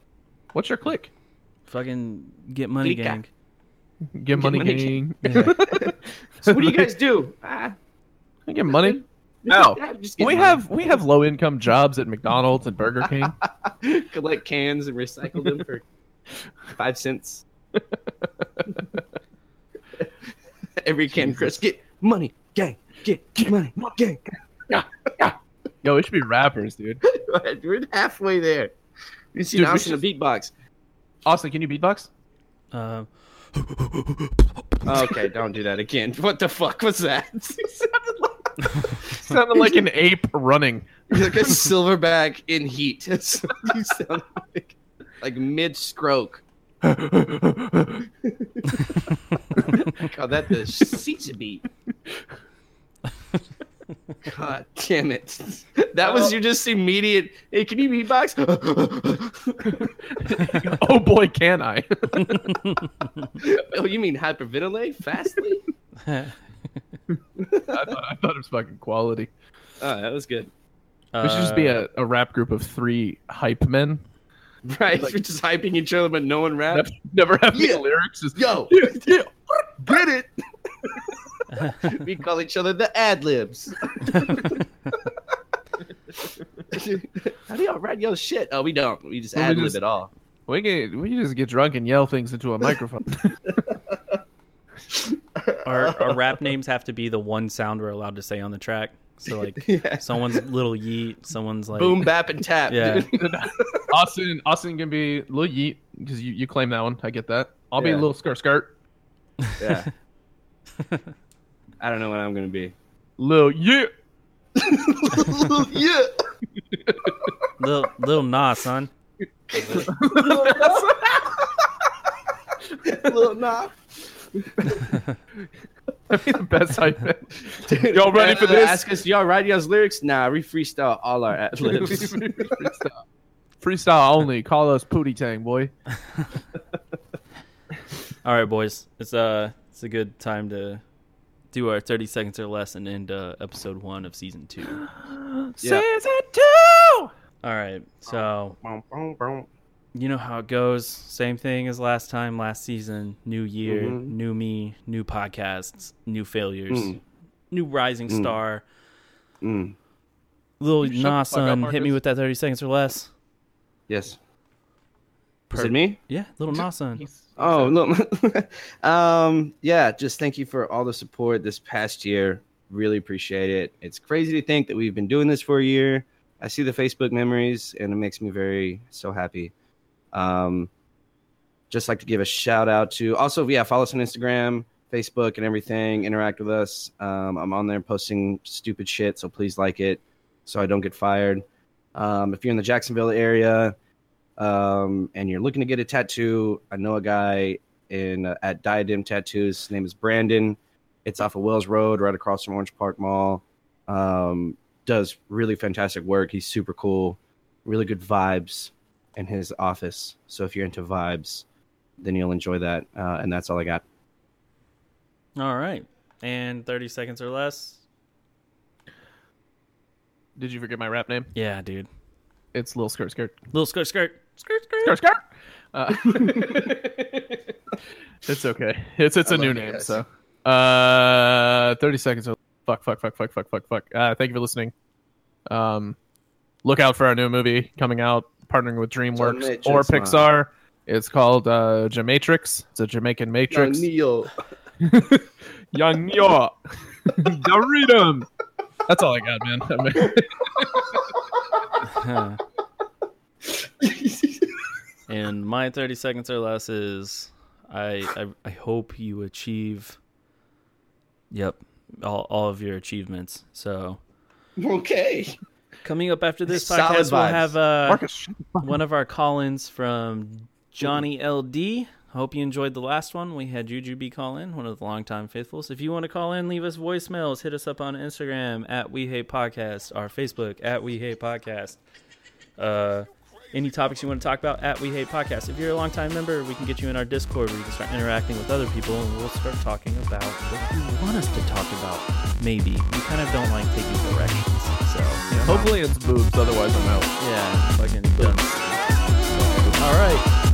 [SPEAKER 1] What's your click?
[SPEAKER 3] Fucking get money,
[SPEAKER 2] Clica.
[SPEAKER 3] gang.
[SPEAKER 1] Get money,
[SPEAKER 2] money, <laughs>
[SPEAKER 1] gang.
[SPEAKER 3] Yeah.
[SPEAKER 1] <laughs>
[SPEAKER 2] So what do you guys <laughs> do? Ah,
[SPEAKER 1] Get money.
[SPEAKER 2] Oh,
[SPEAKER 1] No. We have we have low income jobs at McDonald's and Burger
[SPEAKER 2] <laughs>
[SPEAKER 1] King.
[SPEAKER 2] collect cans and recycle them for five cents. <laughs> Every can crisp get money, gang, get, get <laughs> money, gang.
[SPEAKER 1] Yo, it should be rappers, dude.
[SPEAKER 2] We're halfway there. You see
[SPEAKER 1] Dude, we
[SPEAKER 2] Austin the <laughs> beatbox.
[SPEAKER 1] Austin, can you beatbox?
[SPEAKER 3] Uh, <laughs>
[SPEAKER 2] Okay, don't do that again. What the fuck was that? It <laughs> sounded like-
[SPEAKER 1] Sounded like an ape <laughs> running.
[SPEAKER 2] like a silverback in heat. <laughs> That's what you sound like, like mid stroke. Call that the Caesar beat. God damn it. That was your just immediate. Hey, can you beatbox? <laughs>
[SPEAKER 1] oh boy, can I?
[SPEAKER 2] oh, you mean hyperventilate fastly?
[SPEAKER 1] I, thought, I thought it was fucking quality.
[SPEAKER 2] Oh, that was good.
[SPEAKER 1] We should
[SPEAKER 3] uh,
[SPEAKER 1] just be a, a rap group of three hype men.
[SPEAKER 2] Right. We're just hyping each other, but no
[SPEAKER 1] <laughs>
[SPEAKER 2] one raps.
[SPEAKER 1] Never have
[SPEAKER 2] Yeah.
[SPEAKER 1] any lyrics. Just,
[SPEAKER 2] Yo,
[SPEAKER 1] Yeah, yeah.
[SPEAKER 2] get it. <laughs> we call each other the ad libs. How do y'all write y'all shit? Oh, we don't. We just
[SPEAKER 1] We
[SPEAKER 2] ad lib
[SPEAKER 1] just-
[SPEAKER 2] it all.
[SPEAKER 1] We can we can just get drunk and yell things into a <laughs> microphone.
[SPEAKER 3] Our, our rap names have to be the one sound we're allowed to say on the track. So like
[SPEAKER 2] Yeah.
[SPEAKER 3] someone's little yeet, someone's like
[SPEAKER 2] Boom, bap, and tap.
[SPEAKER 3] Yeah.
[SPEAKER 2] dude.
[SPEAKER 1] Austin Austin can be Lil Yeet because you, you claim that one. I get that. I'll be
[SPEAKER 2] Yeah.
[SPEAKER 1] Lil Skirt Skirt.
[SPEAKER 2] yeah. I don't know what I'm gonna be.
[SPEAKER 1] Lil Yeet.
[SPEAKER 2] <laughs>
[SPEAKER 1] <laughs>
[SPEAKER 2] yeah.
[SPEAKER 3] little little Nas, son.
[SPEAKER 2] Little knob.
[SPEAKER 1] That'd be the best <laughs> hype. Y'all ready for this?
[SPEAKER 2] Ask us, y'all write y'all's lyrics? Nah, we freestyle all
[SPEAKER 1] <laughs>
[SPEAKER 2] our ad libs.
[SPEAKER 1] Freestyle. Freestyle only. Call us Pootie Tang, boy.
[SPEAKER 3] All right, boys. It's uh it's a good time to do our 30 seconds or less and end uh, episode 1 of season 2.
[SPEAKER 2] Yeah.
[SPEAKER 1] Season two.
[SPEAKER 3] All right. So,
[SPEAKER 2] Boom, boom, boom.
[SPEAKER 3] you know how it goes. Same thing as last time, last season, new year,
[SPEAKER 2] Mhm.
[SPEAKER 3] new me, new podcasts, new failures,
[SPEAKER 2] Mm.
[SPEAKER 3] new rising
[SPEAKER 2] Mm.
[SPEAKER 3] star.
[SPEAKER 2] Mm.
[SPEAKER 3] Little
[SPEAKER 1] You shut the fuck
[SPEAKER 3] Nas,
[SPEAKER 1] up,
[SPEAKER 3] son, hit me
[SPEAKER 1] Marcus.
[SPEAKER 3] with that 30 seconds or less.
[SPEAKER 2] Yes. Is
[SPEAKER 3] Per-
[SPEAKER 2] it me?
[SPEAKER 3] Yeah, little Nas, son.
[SPEAKER 2] Oh, look. <laughs> um, yeah, just thank you for all the support this past year. Really appreciate it. It's crazy to think that we've been doing this for a year. I see the Facebook memories and it makes me very so happy. Um, just like to give a shout out to also, yeah, follow us on Instagram, Facebook, and everything. Interact with us. Um, I'm on there posting stupid shit, so please like it so I don't get fired. Um, if you're in the Jacksonville area, um, and you're looking to get a tattoo, I know a guy in uh, at Diadem Tattoos. His name is Brandon. It's off of Wells Road, right across from Orange Park Mall. Um, does really fantastic work. He's super cool. Really good vibes in his office. So if you're into vibes, then you'll enjoy that. Uh, and that's all I got.
[SPEAKER 3] All right. And 30 seconds or less.
[SPEAKER 1] Did you forget my rap name?
[SPEAKER 3] Yeah, dude.
[SPEAKER 1] It's Lil Skirt Skirt.
[SPEAKER 3] Little skirt skirt. Skirt skirt.
[SPEAKER 1] Skirt Skirt. Uh, <laughs> it's okay. It's it's a new
[SPEAKER 2] love
[SPEAKER 1] name.
[SPEAKER 2] you guys.
[SPEAKER 1] So, uh, thirty seconds. of- Fuck fuck fuck fuck fuck fuck fuck. Uh, thank you for listening. Um, look out for our new movie coming out, partnering with DreamWorks
[SPEAKER 2] Matrix,
[SPEAKER 1] or
[SPEAKER 2] man.
[SPEAKER 1] Pixar. It's called uh, Jamatrix. It's a Jamaican Matrix.
[SPEAKER 2] Neil.
[SPEAKER 1] Young York.
[SPEAKER 2] <laughs>
[SPEAKER 1] Doritum. That's all I got, man. I mean,
[SPEAKER 2] <laughs>
[SPEAKER 3] Huh. and my 30 seconds or less is I, I I hope you achieve yep all all of your achievements. So
[SPEAKER 2] Okay.
[SPEAKER 3] coming up after this
[SPEAKER 2] Solid
[SPEAKER 3] podcast we'll
[SPEAKER 2] vibes.
[SPEAKER 3] have uh,
[SPEAKER 1] Marcus, shut the fuck
[SPEAKER 3] one of our call-ins from Johnny LD. Hope you enjoyed the last one. We had Juju B call in, one of the longtime faithfuls. If you want to call in, leave us voicemails. Hit us up on Instagram at We Hate Podcast, our Facebook at We Hate Podcast. Uh, any topics you want to talk about at We Hate Podcast. If you're a longtime member, we can get you in our Discord where you can start interacting with other people and we'll start talking about what you want us to talk about. Maybe. We kind of don't like taking directions. So,
[SPEAKER 1] Hopefully it's boobs, otherwise I'm out.
[SPEAKER 3] yeah, fucking done. All right. uh,